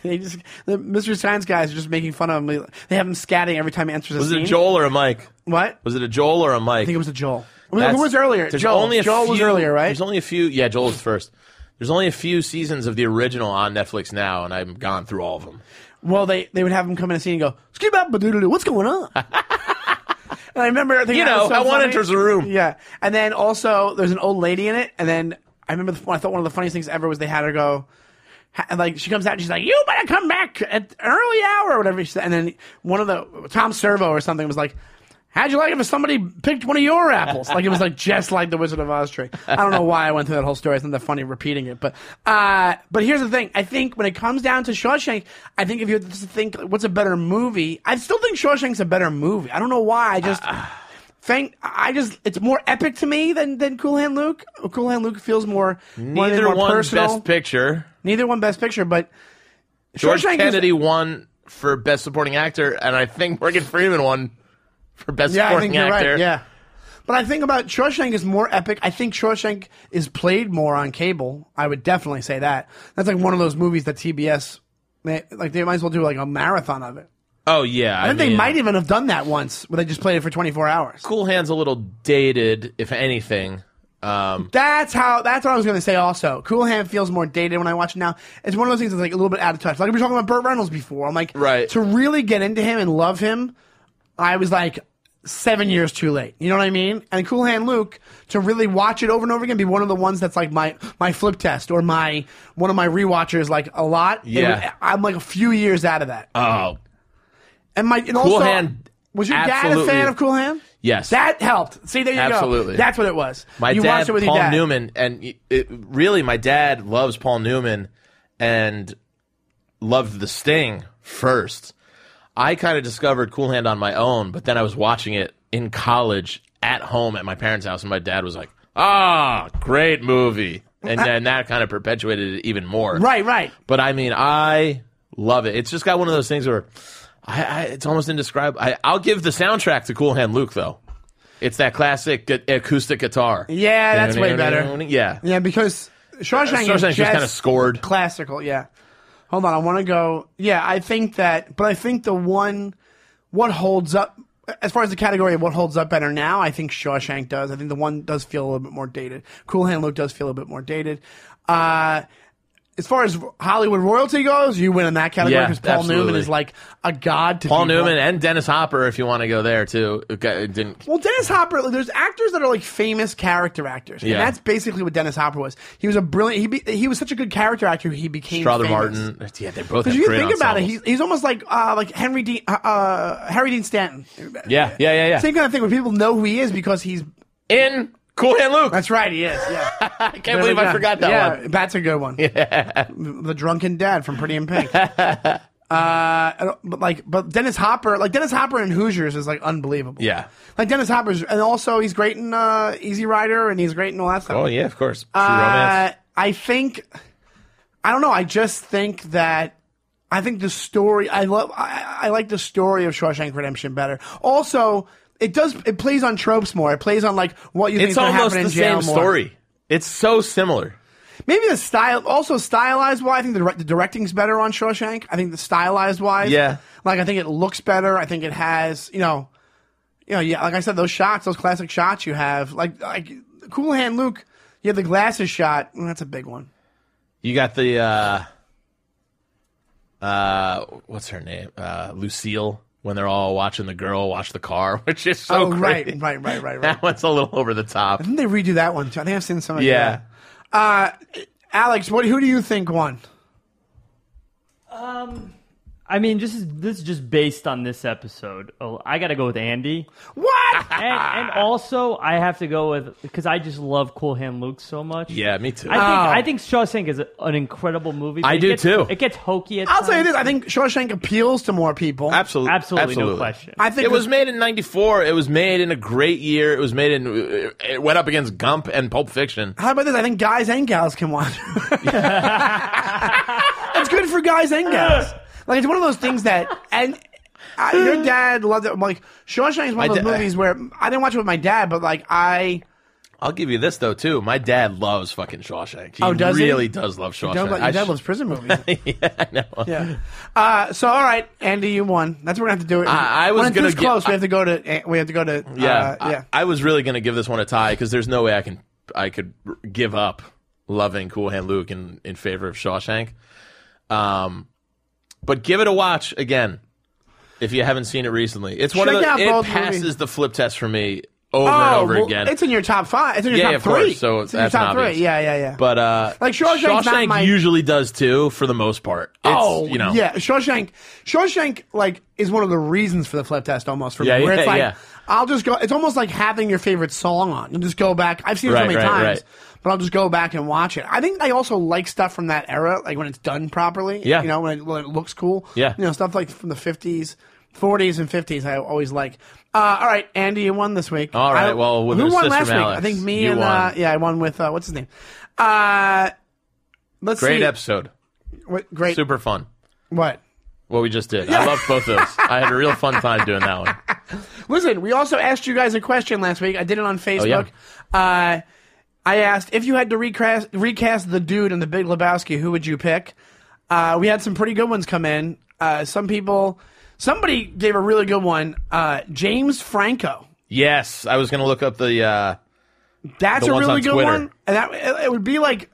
Speaker 3: they just the Mr. Science guys are just making fun of him. They have him scatting every time he answers a
Speaker 2: Was it
Speaker 3: scene.
Speaker 2: a Joel or a Mike?
Speaker 3: What?
Speaker 2: Was it a Joel or a Mike?
Speaker 3: I think it was a Joel. Who was earlier?
Speaker 2: There's
Speaker 3: Joel.
Speaker 2: Only a
Speaker 3: Joel
Speaker 2: few,
Speaker 3: was earlier, right?
Speaker 2: There's only a few. Yeah, Joel was first. There's only a few seasons of the original on Netflix now, and I've gone through all of them.
Speaker 3: Well, they, they would have him come in a scene and go, "Skip up, doo what's going on?" and I remember, thinking
Speaker 2: You
Speaker 3: that was so
Speaker 2: know, how one
Speaker 3: funny.
Speaker 2: enters the room.
Speaker 3: Yeah, and then also there's an old lady in it, and then I remember the, I thought one of the funniest things ever was they had her go. ha- and, Like she comes out and she's like, "You better come back at early hour or whatever." She said. And then one of the Tom Servo or something was like, "How'd you like if somebody picked one of your apples?" like it was like just like the Wizard of Oz trick. I don't know why I went through that whole story. It's not that funny repeating it, but uh, but here's the thing. I think when it comes down to Shawshank, I think if you have to think what's a better movie, I still think Shawshank's a better movie. I don't know why. I just Thank I just it's more epic to me than than Cool Hand Luke. Cool Hand Luke feels more one of the
Speaker 2: Neither
Speaker 3: more
Speaker 2: one's
Speaker 3: personal.
Speaker 2: best picture.
Speaker 3: neither one best picture, but
Speaker 2: George
Speaker 3: Shawshank is-
Speaker 2: Kennedy won for best supporting actor, and I think Morgan Freeman won for best
Speaker 3: yeah, I
Speaker 2: supporting
Speaker 3: think you're
Speaker 2: actor.
Speaker 3: right. Yeah, but I think about Shawshank is more epic. I think Shawshank is played more on cable. I would definitely say that. That's like one of those movies that TBS they, like they might as well do like a marathon of it.
Speaker 2: Oh yeah,
Speaker 3: I think they might even have done that once, where they just played it for 24 hours.
Speaker 2: Cool Hand's a little dated, if anything. Um,
Speaker 3: That's how. That's what I was going to say. Also, Cool Hand feels more dated when I watch it now. It's one of those things that's like a little bit out of touch. Like we were talking about Burt Reynolds before. I'm like,
Speaker 2: Right.
Speaker 3: To really get into him and love him, I was like seven years too late. You know what I mean? And Cool Hand Luke to really watch it over and over again be one of the ones that's like my my flip test or my one of my rewatchers like a lot. It
Speaker 2: Yeah.
Speaker 3: was- I'm like a few years out of that.
Speaker 2: oh,
Speaker 3: And my and
Speaker 2: Cool
Speaker 3: also,
Speaker 2: Hand
Speaker 3: Was your dad a
Speaker 2: absolutely-
Speaker 3: fan of Cool Hand?
Speaker 2: Yes.
Speaker 3: That helped. See, there you go.
Speaker 2: Absolutely.
Speaker 3: That's what it was.
Speaker 2: My
Speaker 3: you
Speaker 2: dad,
Speaker 3: watched it with
Speaker 2: Paul
Speaker 3: your dad.
Speaker 2: Newman, and y- it, really, my dad loves Paul Newman and loved The Sting first. I kind of discovered Cool Hand on my own, but then I was watching it in college at home at my parents' house, and my dad was like, "Ah, great movie," and then that kind of perpetuated it even more.
Speaker 3: Right, right.
Speaker 2: But I mean, I love it. It's just got one of those things where I, I it's almost indescribable. I, I'll give the soundtrack to Cool Hand Luke though. It's that classic gu- acoustic guitar.
Speaker 3: Yeah, that's way better.
Speaker 2: Yeah.
Speaker 3: Yeah, because Shawshank,
Speaker 2: Shawshank
Speaker 3: is
Speaker 2: just kinda scored.
Speaker 3: classical. Yeah, hold on, I want to go. Yeah, I think that, but I think the one what holds up as far as the category of what holds up better now, I think Shawshank does. I think the one does feel a little bit more dated. Cool Hand Luke does feel a bit more dated. Uh, as far as Hollywood royalty goes, you win in that category
Speaker 2: Yeah,
Speaker 3: because Paul Newman
Speaker 2: absolutely.
Speaker 3: is like a god to
Speaker 2: Paul
Speaker 3: people.
Speaker 2: Newman and Dennis Hopper, if you want to go there too. It got- it didn't.
Speaker 3: Well, Dennis Hopper, there's actors that are like famous character actors,
Speaker 2: Yeah.
Speaker 3: and that's basically what Dennis Hopper was. He was a brilliant. He be, he was such a good character actor. He became
Speaker 2: Strother
Speaker 3: famous.
Speaker 2: Martin. Yeah, they both. Have
Speaker 3: Because you
Speaker 2: great
Speaker 3: think about it,
Speaker 2: ensembles.
Speaker 3: he's, he's almost like uh, like Henry Dean uh, uh, Harry Dean Stanton.
Speaker 2: yeah, yeah, yeah, yeah.
Speaker 3: Same kind of thing where people know who he is because he's.
Speaker 2: In Cool Hand Luke.
Speaker 3: That's right, he is. Yeah,
Speaker 2: I can't believe I forgot that
Speaker 3: yeah,
Speaker 2: one.
Speaker 3: that's a good one. the drunken dad from Pretty in Pink. Uh, I don't- but like, but Dennis Hopper, like Dennis Hopper in Hoosiers is like unbelievable.
Speaker 2: Yeah.
Speaker 3: like Dennis Hopper's, and also he's great in uh, Easy Rider, and he's great in all that stuff.
Speaker 2: Oh yeah, of course. True
Speaker 3: Uh,
Speaker 2: Romance.
Speaker 3: I think I don't know. I just think that I think the story. I love. I, I like the story of Shawshank Redemption better. Also, it does. It plays on tropes more. It plays on like what you think
Speaker 2: It's
Speaker 3: is gonna
Speaker 2: almost
Speaker 3: happen in
Speaker 2: the
Speaker 3: jail
Speaker 2: same
Speaker 3: more.
Speaker 2: story. It's so similar.
Speaker 3: Maybe the style. Also, stylized wise, I think the, dire- the directing's better on Shawshank. I think the stylized wise.
Speaker 2: Yeah.
Speaker 3: Like I think it looks better. I think it has. You know. You know. Yeah. Like I said, those shots, those classic shots you have, like like Cool Hand Luke. You have the glasses shot. mm, That's a big one.
Speaker 2: You got the uh uh what's her name? Uh Lucille when they're all watching the girl watch the car, which is so
Speaker 3: oh,
Speaker 2: great.
Speaker 3: right, right, right, right, right.
Speaker 2: That one's a little over the top.
Speaker 3: Didn't they redo that one too? I think I've seen some of
Speaker 2: Yeah.
Speaker 3: that. Uh, Alex, what? Who do you think won?
Speaker 4: I mean, just this is just based on this episode. Oh, I got to go with Andy,
Speaker 3: What?
Speaker 4: and,
Speaker 2: Ah.
Speaker 4: and also I have to go with because I just love Cool Hand Luke so much.
Speaker 2: Yeah, me too. Uh,
Speaker 4: I think
Speaker 3: Oh.
Speaker 4: I think Shawshank is a, an incredible movie.
Speaker 2: I
Speaker 4: It
Speaker 2: do
Speaker 4: gets-
Speaker 2: too.
Speaker 4: It gets hokey. At
Speaker 3: I'll tell you
Speaker 4: times.
Speaker 3: this: I think Shawshank appeals to more people.
Speaker 2: absolutely,
Speaker 4: Absolutely, no question.
Speaker 3: I think
Speaker 2: it was made in '94. It was made in a great year. It was made in. It went up against Gump and Pulp Fiction.
Speaker 3: How about this? I think guys and gals can watch. it's good for guys and gals. Like it's one of those things that and I, your dad loved it. Like Shawshank is one
Speaker 2: My
Speaker 3: of those
Speaker 2: da-
Speaker 3: movies where I didn't watch it with my dad, but like I
Speaker 2: I'll give you this though too. My dad loves fucking Shawshank. He
Speaker 3: Oh, does he?
Speaker 2: really does love Shawshank.
Speaker 3: don't like your
Speaker 2: I
Speaker 3: dad
Speaker 2: sh-
Speaker 3: loves prison movies. yeah, I know. Yeah. Uh, so all right, Andy, you won. That's what we're gonna have to do. It.
Speaker 2: I- I was
Speaker 3: when it's
Speaker 2: gonna
Speaker 3: this
Speaker 2: get-
Speaker 3: close. we have to go to. eh, We have to go to.
Speaker 2: Yeah,
Speaker 3: uh, yeah.
Speaker 2: I, I was really gonna give this one a tie because there's no way I can I could r- give up loving Cool Hand Luke in in favor of Shawshank. Um, but give it a watch again if you haven't seen it recently. It's one
Speaker 3: Check
Speaker 2: of
Speaker 3: out
Speaker 2: the
Speaker 3: both
Speaker 2: it
Speaker 3: movies. Oh,
Speaker 2: passes the flip test for me over and over
Speaker 3: well,
Speaker 2: again.
Speaker 3: It's in your top five. It's in your
Speaker 2: Yeah,
Speaker 3: top
Speaker 2: of
Speaker 3: three.
Speaker 2: course, so
Speaker 3: it's in your
Speaker 2: that's an
Speaker 3: top
Speaker 2: obvious.
Speaker 3: three. Yeah, yeah, yeah.
Speaker 2: but uh,
Speaker 3: Like, Shawshank's not
Speaker 2: Shawshank
Speaker 3: my-
Speaker 2: usually does too for the most part. It's,
Speaker 3: oh,
Speaker 2: you know,
Speaker 3: yeah. Shawshank, Shawshank, like is one of the reasons for the flip test almost for
Speaker 2: Yeah,
Speaker 3: me. Where
Speaker 2: yeah,
Speaker 3: it's like,
Speaker 2: yeah.
Speaker 3: I'll just go. It's almost like having your favorite song on. You'll just go back. I've seen it so
Speaker 2: Right,
Speaker 3: many
Speaker 2: right,
Speaker 3: times,
Speaker 2: right.
Speaker 3: but I'll just go back and watch it. I think I also like stuff from that era, like when it's done properly.
Speaker 2: Yeah.
Speaker 3: you know when it, when it looks cool.
Speaker 2: Yeah.
Speaker 3: you know stuff like from the fifties. 40s and 50s, I always like. Uh, all right, Andy, you won this week.
Speaker 2: All right,
Speaker 3: I-
Speaker 2: well, with
Speaker 3: who
Speaker 2: an
Speaker 3: won
Speaker 2: assist
Speaker 3: last
Speaker 2: from
Speaker 3: week?
Speaker 2: Alex,
Speaker 3: I think me
Speaker 2: you
Speaker 3: and Uh,
Speaker 2: won.
Speaker 3: yeah, I won with uh, what's his name? Uh, let's
Speaker 2: great
Speaker 3: see.
Speaker 2: episode,
Speaker 3: What, great.
Speaker 2: super fun.
Speaker 3: What?
Speaker 2: What we just did, I love both those. I had a real fun time doing that one.
Speaker 3: Listen, we also asked you guys a question last week. I did it on
Speaker 2: Oh,
Speaker 3: Facebook. uh, I asked if you had to recast recast the dude in the Big Lebowski, who would you pick? Uh, we had some pretty good ones come in. Uh, some people, somebody gave a really good one. Uh, James Franco.
Speaker 2: Yes, I was going to look up the. Uh,
Speaker 3: That's
Speaker 2: The
Speaker 3: a
Speaker 2: ones
Speaker 3: really
Speaker 2: on
Speaker 3: good
Speaker 2: Twitter.
Speaker 3: one, and that it, it would be like.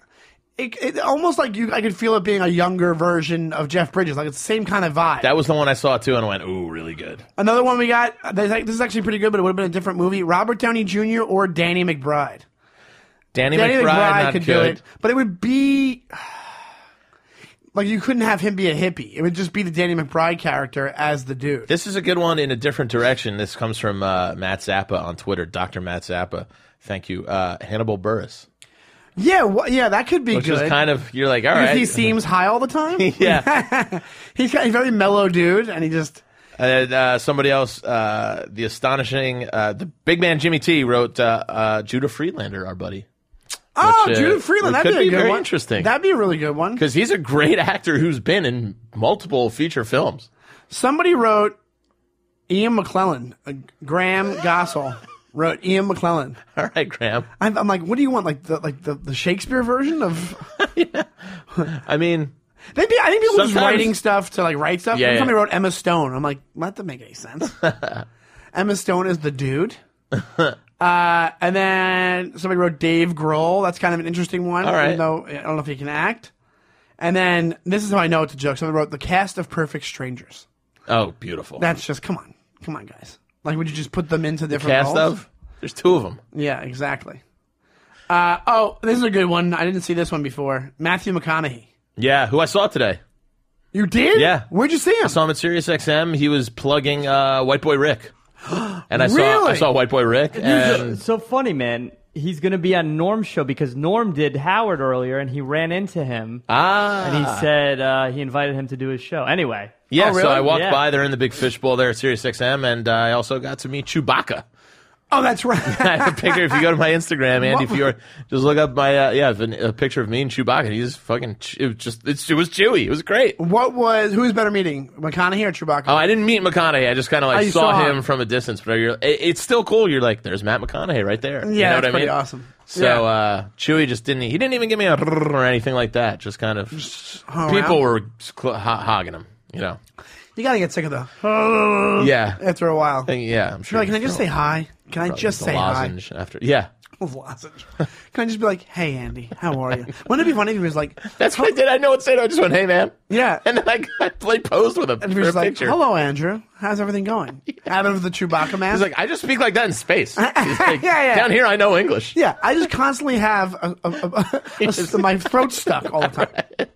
Speaker 3: It, it almost like you, I could feel it being a younger version of Jeff Bridges. Like it's the same kind of vibe.
Speaker 2: that was the one I saw too, and went, "Ooh, really good."
Speaker 3: Another one we got. This this is actually pretty good, but it would have been a different movie. Robert Downey Jr. or Danny McBride.
Speaker 2: Danny,
Speaker 3: Danny
Speaker 2: McBride,
Speaker 3: McBride
Speaker 2: not
Speaker 3: could do
Speaker 2: good.
Speaker 3: it, but it would be Like you couldn't have him be a hippie. It would just be the Danny McBride character as the dude.
Speaker 2: This is a good one in a different direction. This comes from uh, Matt Zappa on Twitter, Dr. Matt Zappa. Thank you. Uh, Hannibal Burris.
Speaker 3: yeah, wha- yeah, that could be
Speaker 2: Which
Speaker 3: good.
Speaker 2: is kind of, you're like, all
Speaker 3: Because
Speaker 2: right.
Speaker 3: he seems high all the time.
Speaker 2: yeah.
Speaker 3: he's got, he's a very mellow dude, and he just
Speaker 2: And uh, somebody else, uh, the astonishing, uh, the big man Jimmy T wrote uh, uh, Judah Freelander, our buddy.
Speaker 3: oh,
Speaker 2: Which, uh,
Speaker 3: Judah Freeland.
Speaker 2: which
Speaker 3: That'd
Speaker 2: could
Speaker 3: be a
Speaker 2: be
Speaker 3: good
Speaker 2: very
Speaker 3: one.
Speaker 2: interesting.
Speaker 3: That'd be a really good one.
Speaker 2: Because he's a great actor who's been in multiple feature films.
Speaker 3: Somebody wrote Ian McClellan. Uh, Graham Gossel wrote Ian McClellan.
Speaker 2: All right, Graham.
Speaker 3: I'm, I'm like, what do you want? Like the like the, the Shakespeare version of?
Speaker 2: I mean,
Speaker 3: They be, I think people just
Speaker 2: Sometimes-
Speaker 3: writing stuff to like write stuff.
Speaker 2: Yeah,
Speaker 3: Somebody
Speaker 2: yeah.
Speaker 3: wrote Emma Stone. I'm like, that doesn't make any sense. Emma Stone is the dude. uh, and then somebody wrote Dave Grohl. That's kind of an interesting one.
Speaker 2: All right.
Speaker 3: even though I don't know if he can act. And then this is how I know it's a joke. Somebody wrote the cast of Perfect Strangers.
Speaker 2: oh, beautiful.
Speaker 3: That's just come on, come on, guys. Like, would you just put them into different
Speaker 2: Cast
Speaker 3: roles?
Speaker 2: of? There's two of them.
Speaker 3: Yeah, exactly. Uh, oh, this is a good one. I didn't see this one before. Matthew McConaughey.
Speaker 2: Yeah, who I saw today.
Speaker 3: You did?
Speaker 2: Yeah.
Speaker 3: Where'd you see him?
Speaker 2: I saw him at Sirius XM. He was plugging uh, White Boy Rick. And I saw I
Speaker 3: Really?
Speaker 2: saw White Boy Rick. And
Speaker 4: It's so funny, man. He's going to be on Norm's show because Norm did Howard earlier, and he ran into him.
Speaker 2: ah,
Speaker 4: and he said uh, he invited him to do his show. Anyway,
Speaker 2: yeah.
Speaker 3: Oh, really?
Speaker 2: So I walked
Speaker 4: Yeah.
Speaker 2: by. They're in the big fishbowl there at Sirius XM, and uh, I also got to meet Chewbacca.
Speaker 3: oh, that's right.
Speaker 2: I have a picture. If you go to my Instagram, Andy
Speaker 3: What-
Speaker 2: Fiore, just look up my uh, yeah, an- a picture of me and Chewbacca. He's fucking. Ch- It was just it's, it was Chewy. It was great.
Speaker 3: what was who was better meeting McConaughey or Chewbacca?
Speaker 2: Oh, I didn't meet McConaughey. I just kind of
Speaker 3: Oh,
Speaker 2: like
Speaker 3: you
Speaker 2: saw,
Speaker 3: saw
Speaker 2: him
Speaker 3: him.
Speaker 2: from a distance, but you're, it, it's still cool. You're like, there's Matt McConaughey right there. you
Speaker 3: yeah,
Speaker 2: know
Speaker 3: that's
Speaker 2: what I
Speaker 3: pretty
Speaker 2: mean?
Speaker 3: awesome.
Speaker 2: So uh, Chewy just didn't. He didn't even give me a or anything like that. Just kind of
Speaker 3: Hung around.
Speaker 2: people were cl- ho- hogging him. You know.
Speaker 3: you gotta get sick of the
Speaker 2: Yeah.
Speaker 3: after a while.
Speaker 2: Think- Yeah. I'm sure.
Speaker 3: You're like, can I just say hi? Can I just
Speaker 2: the
Speaker 3: say hi?
Speaker 2: lozenge after. Yeah.
Speaker 3: Lozenge. Can I just be like, hey Andy, how are you? Wouldn't it be funny if he was like,
Speaker 2: That's what I did. I know what to say. I just went, "Hey, man."
Speaker 3: yeah,
Speaker 2: And then I, I played posed with him
Speaker 3: and he
Speaker 2: for
Speaker 3: was
Speaker 2: a
Speaker 3: like,
Speaker 2: picture.
Speaker 3: hello Andrew, how's everything going? Out of the Chewbacca mask.
Speaker 2: He's like, I just speak like that in space. He's like,
Speaker 3: Yeah, yeah.
Speaker 2: Down here, I know English.
Speaker 3: Yeah, I just constantly have a, a, a, a- a- my throat stuck all the time.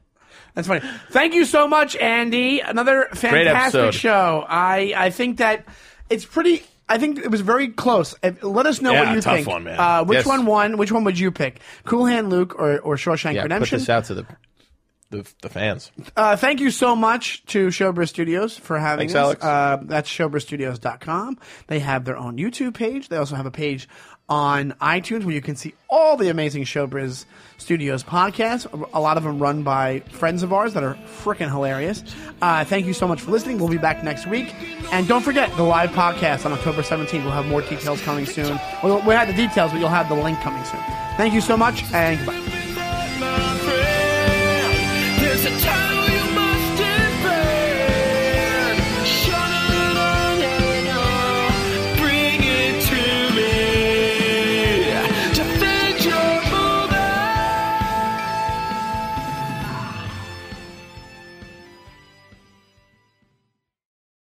Speaker 3: That's funny. Thank you so much, Andy. Another
Speaker 2: episode.
Speaker 3: fantastic show. I I think that it's pretty. I think it was very close. Uh, Let us know
Speaker 2: Yeah,
Speaker 3: what you
Speaker 2: tough
Speaker 3: think.
Speaker 2: one, man.
Speaker 3: Uh, which
Speaker 2: Yes.
Speaker 3: one won? Which one would you pick? Cool Hand Luke or, or Shawshank
Speaker 2: Yeah, put
Speaker 3: Redemption?
Speaker 2: this out to the the, the fans.
Speaker 3: Uh, thank you so much to Showbiz Studios for having
Speaker 2: Thanks,
Speaker 3: us.
Speaker 2: Alex.
Speaker 3: Uh, that's showbizstudios.com. They have their own YouTube page. They also have a page on iTunes where you can see all the amazing Showbiz Studios podcasts. A lot of them run by friends of ours that are freaking hilarious. Uh, thank you so much for listening. We'll be back next week. And don't forget the live podcast on October 17th. We'll have more details coming soon. Well, we had the details, but you'll have the link coming soon. Thank you so much, and goodbye.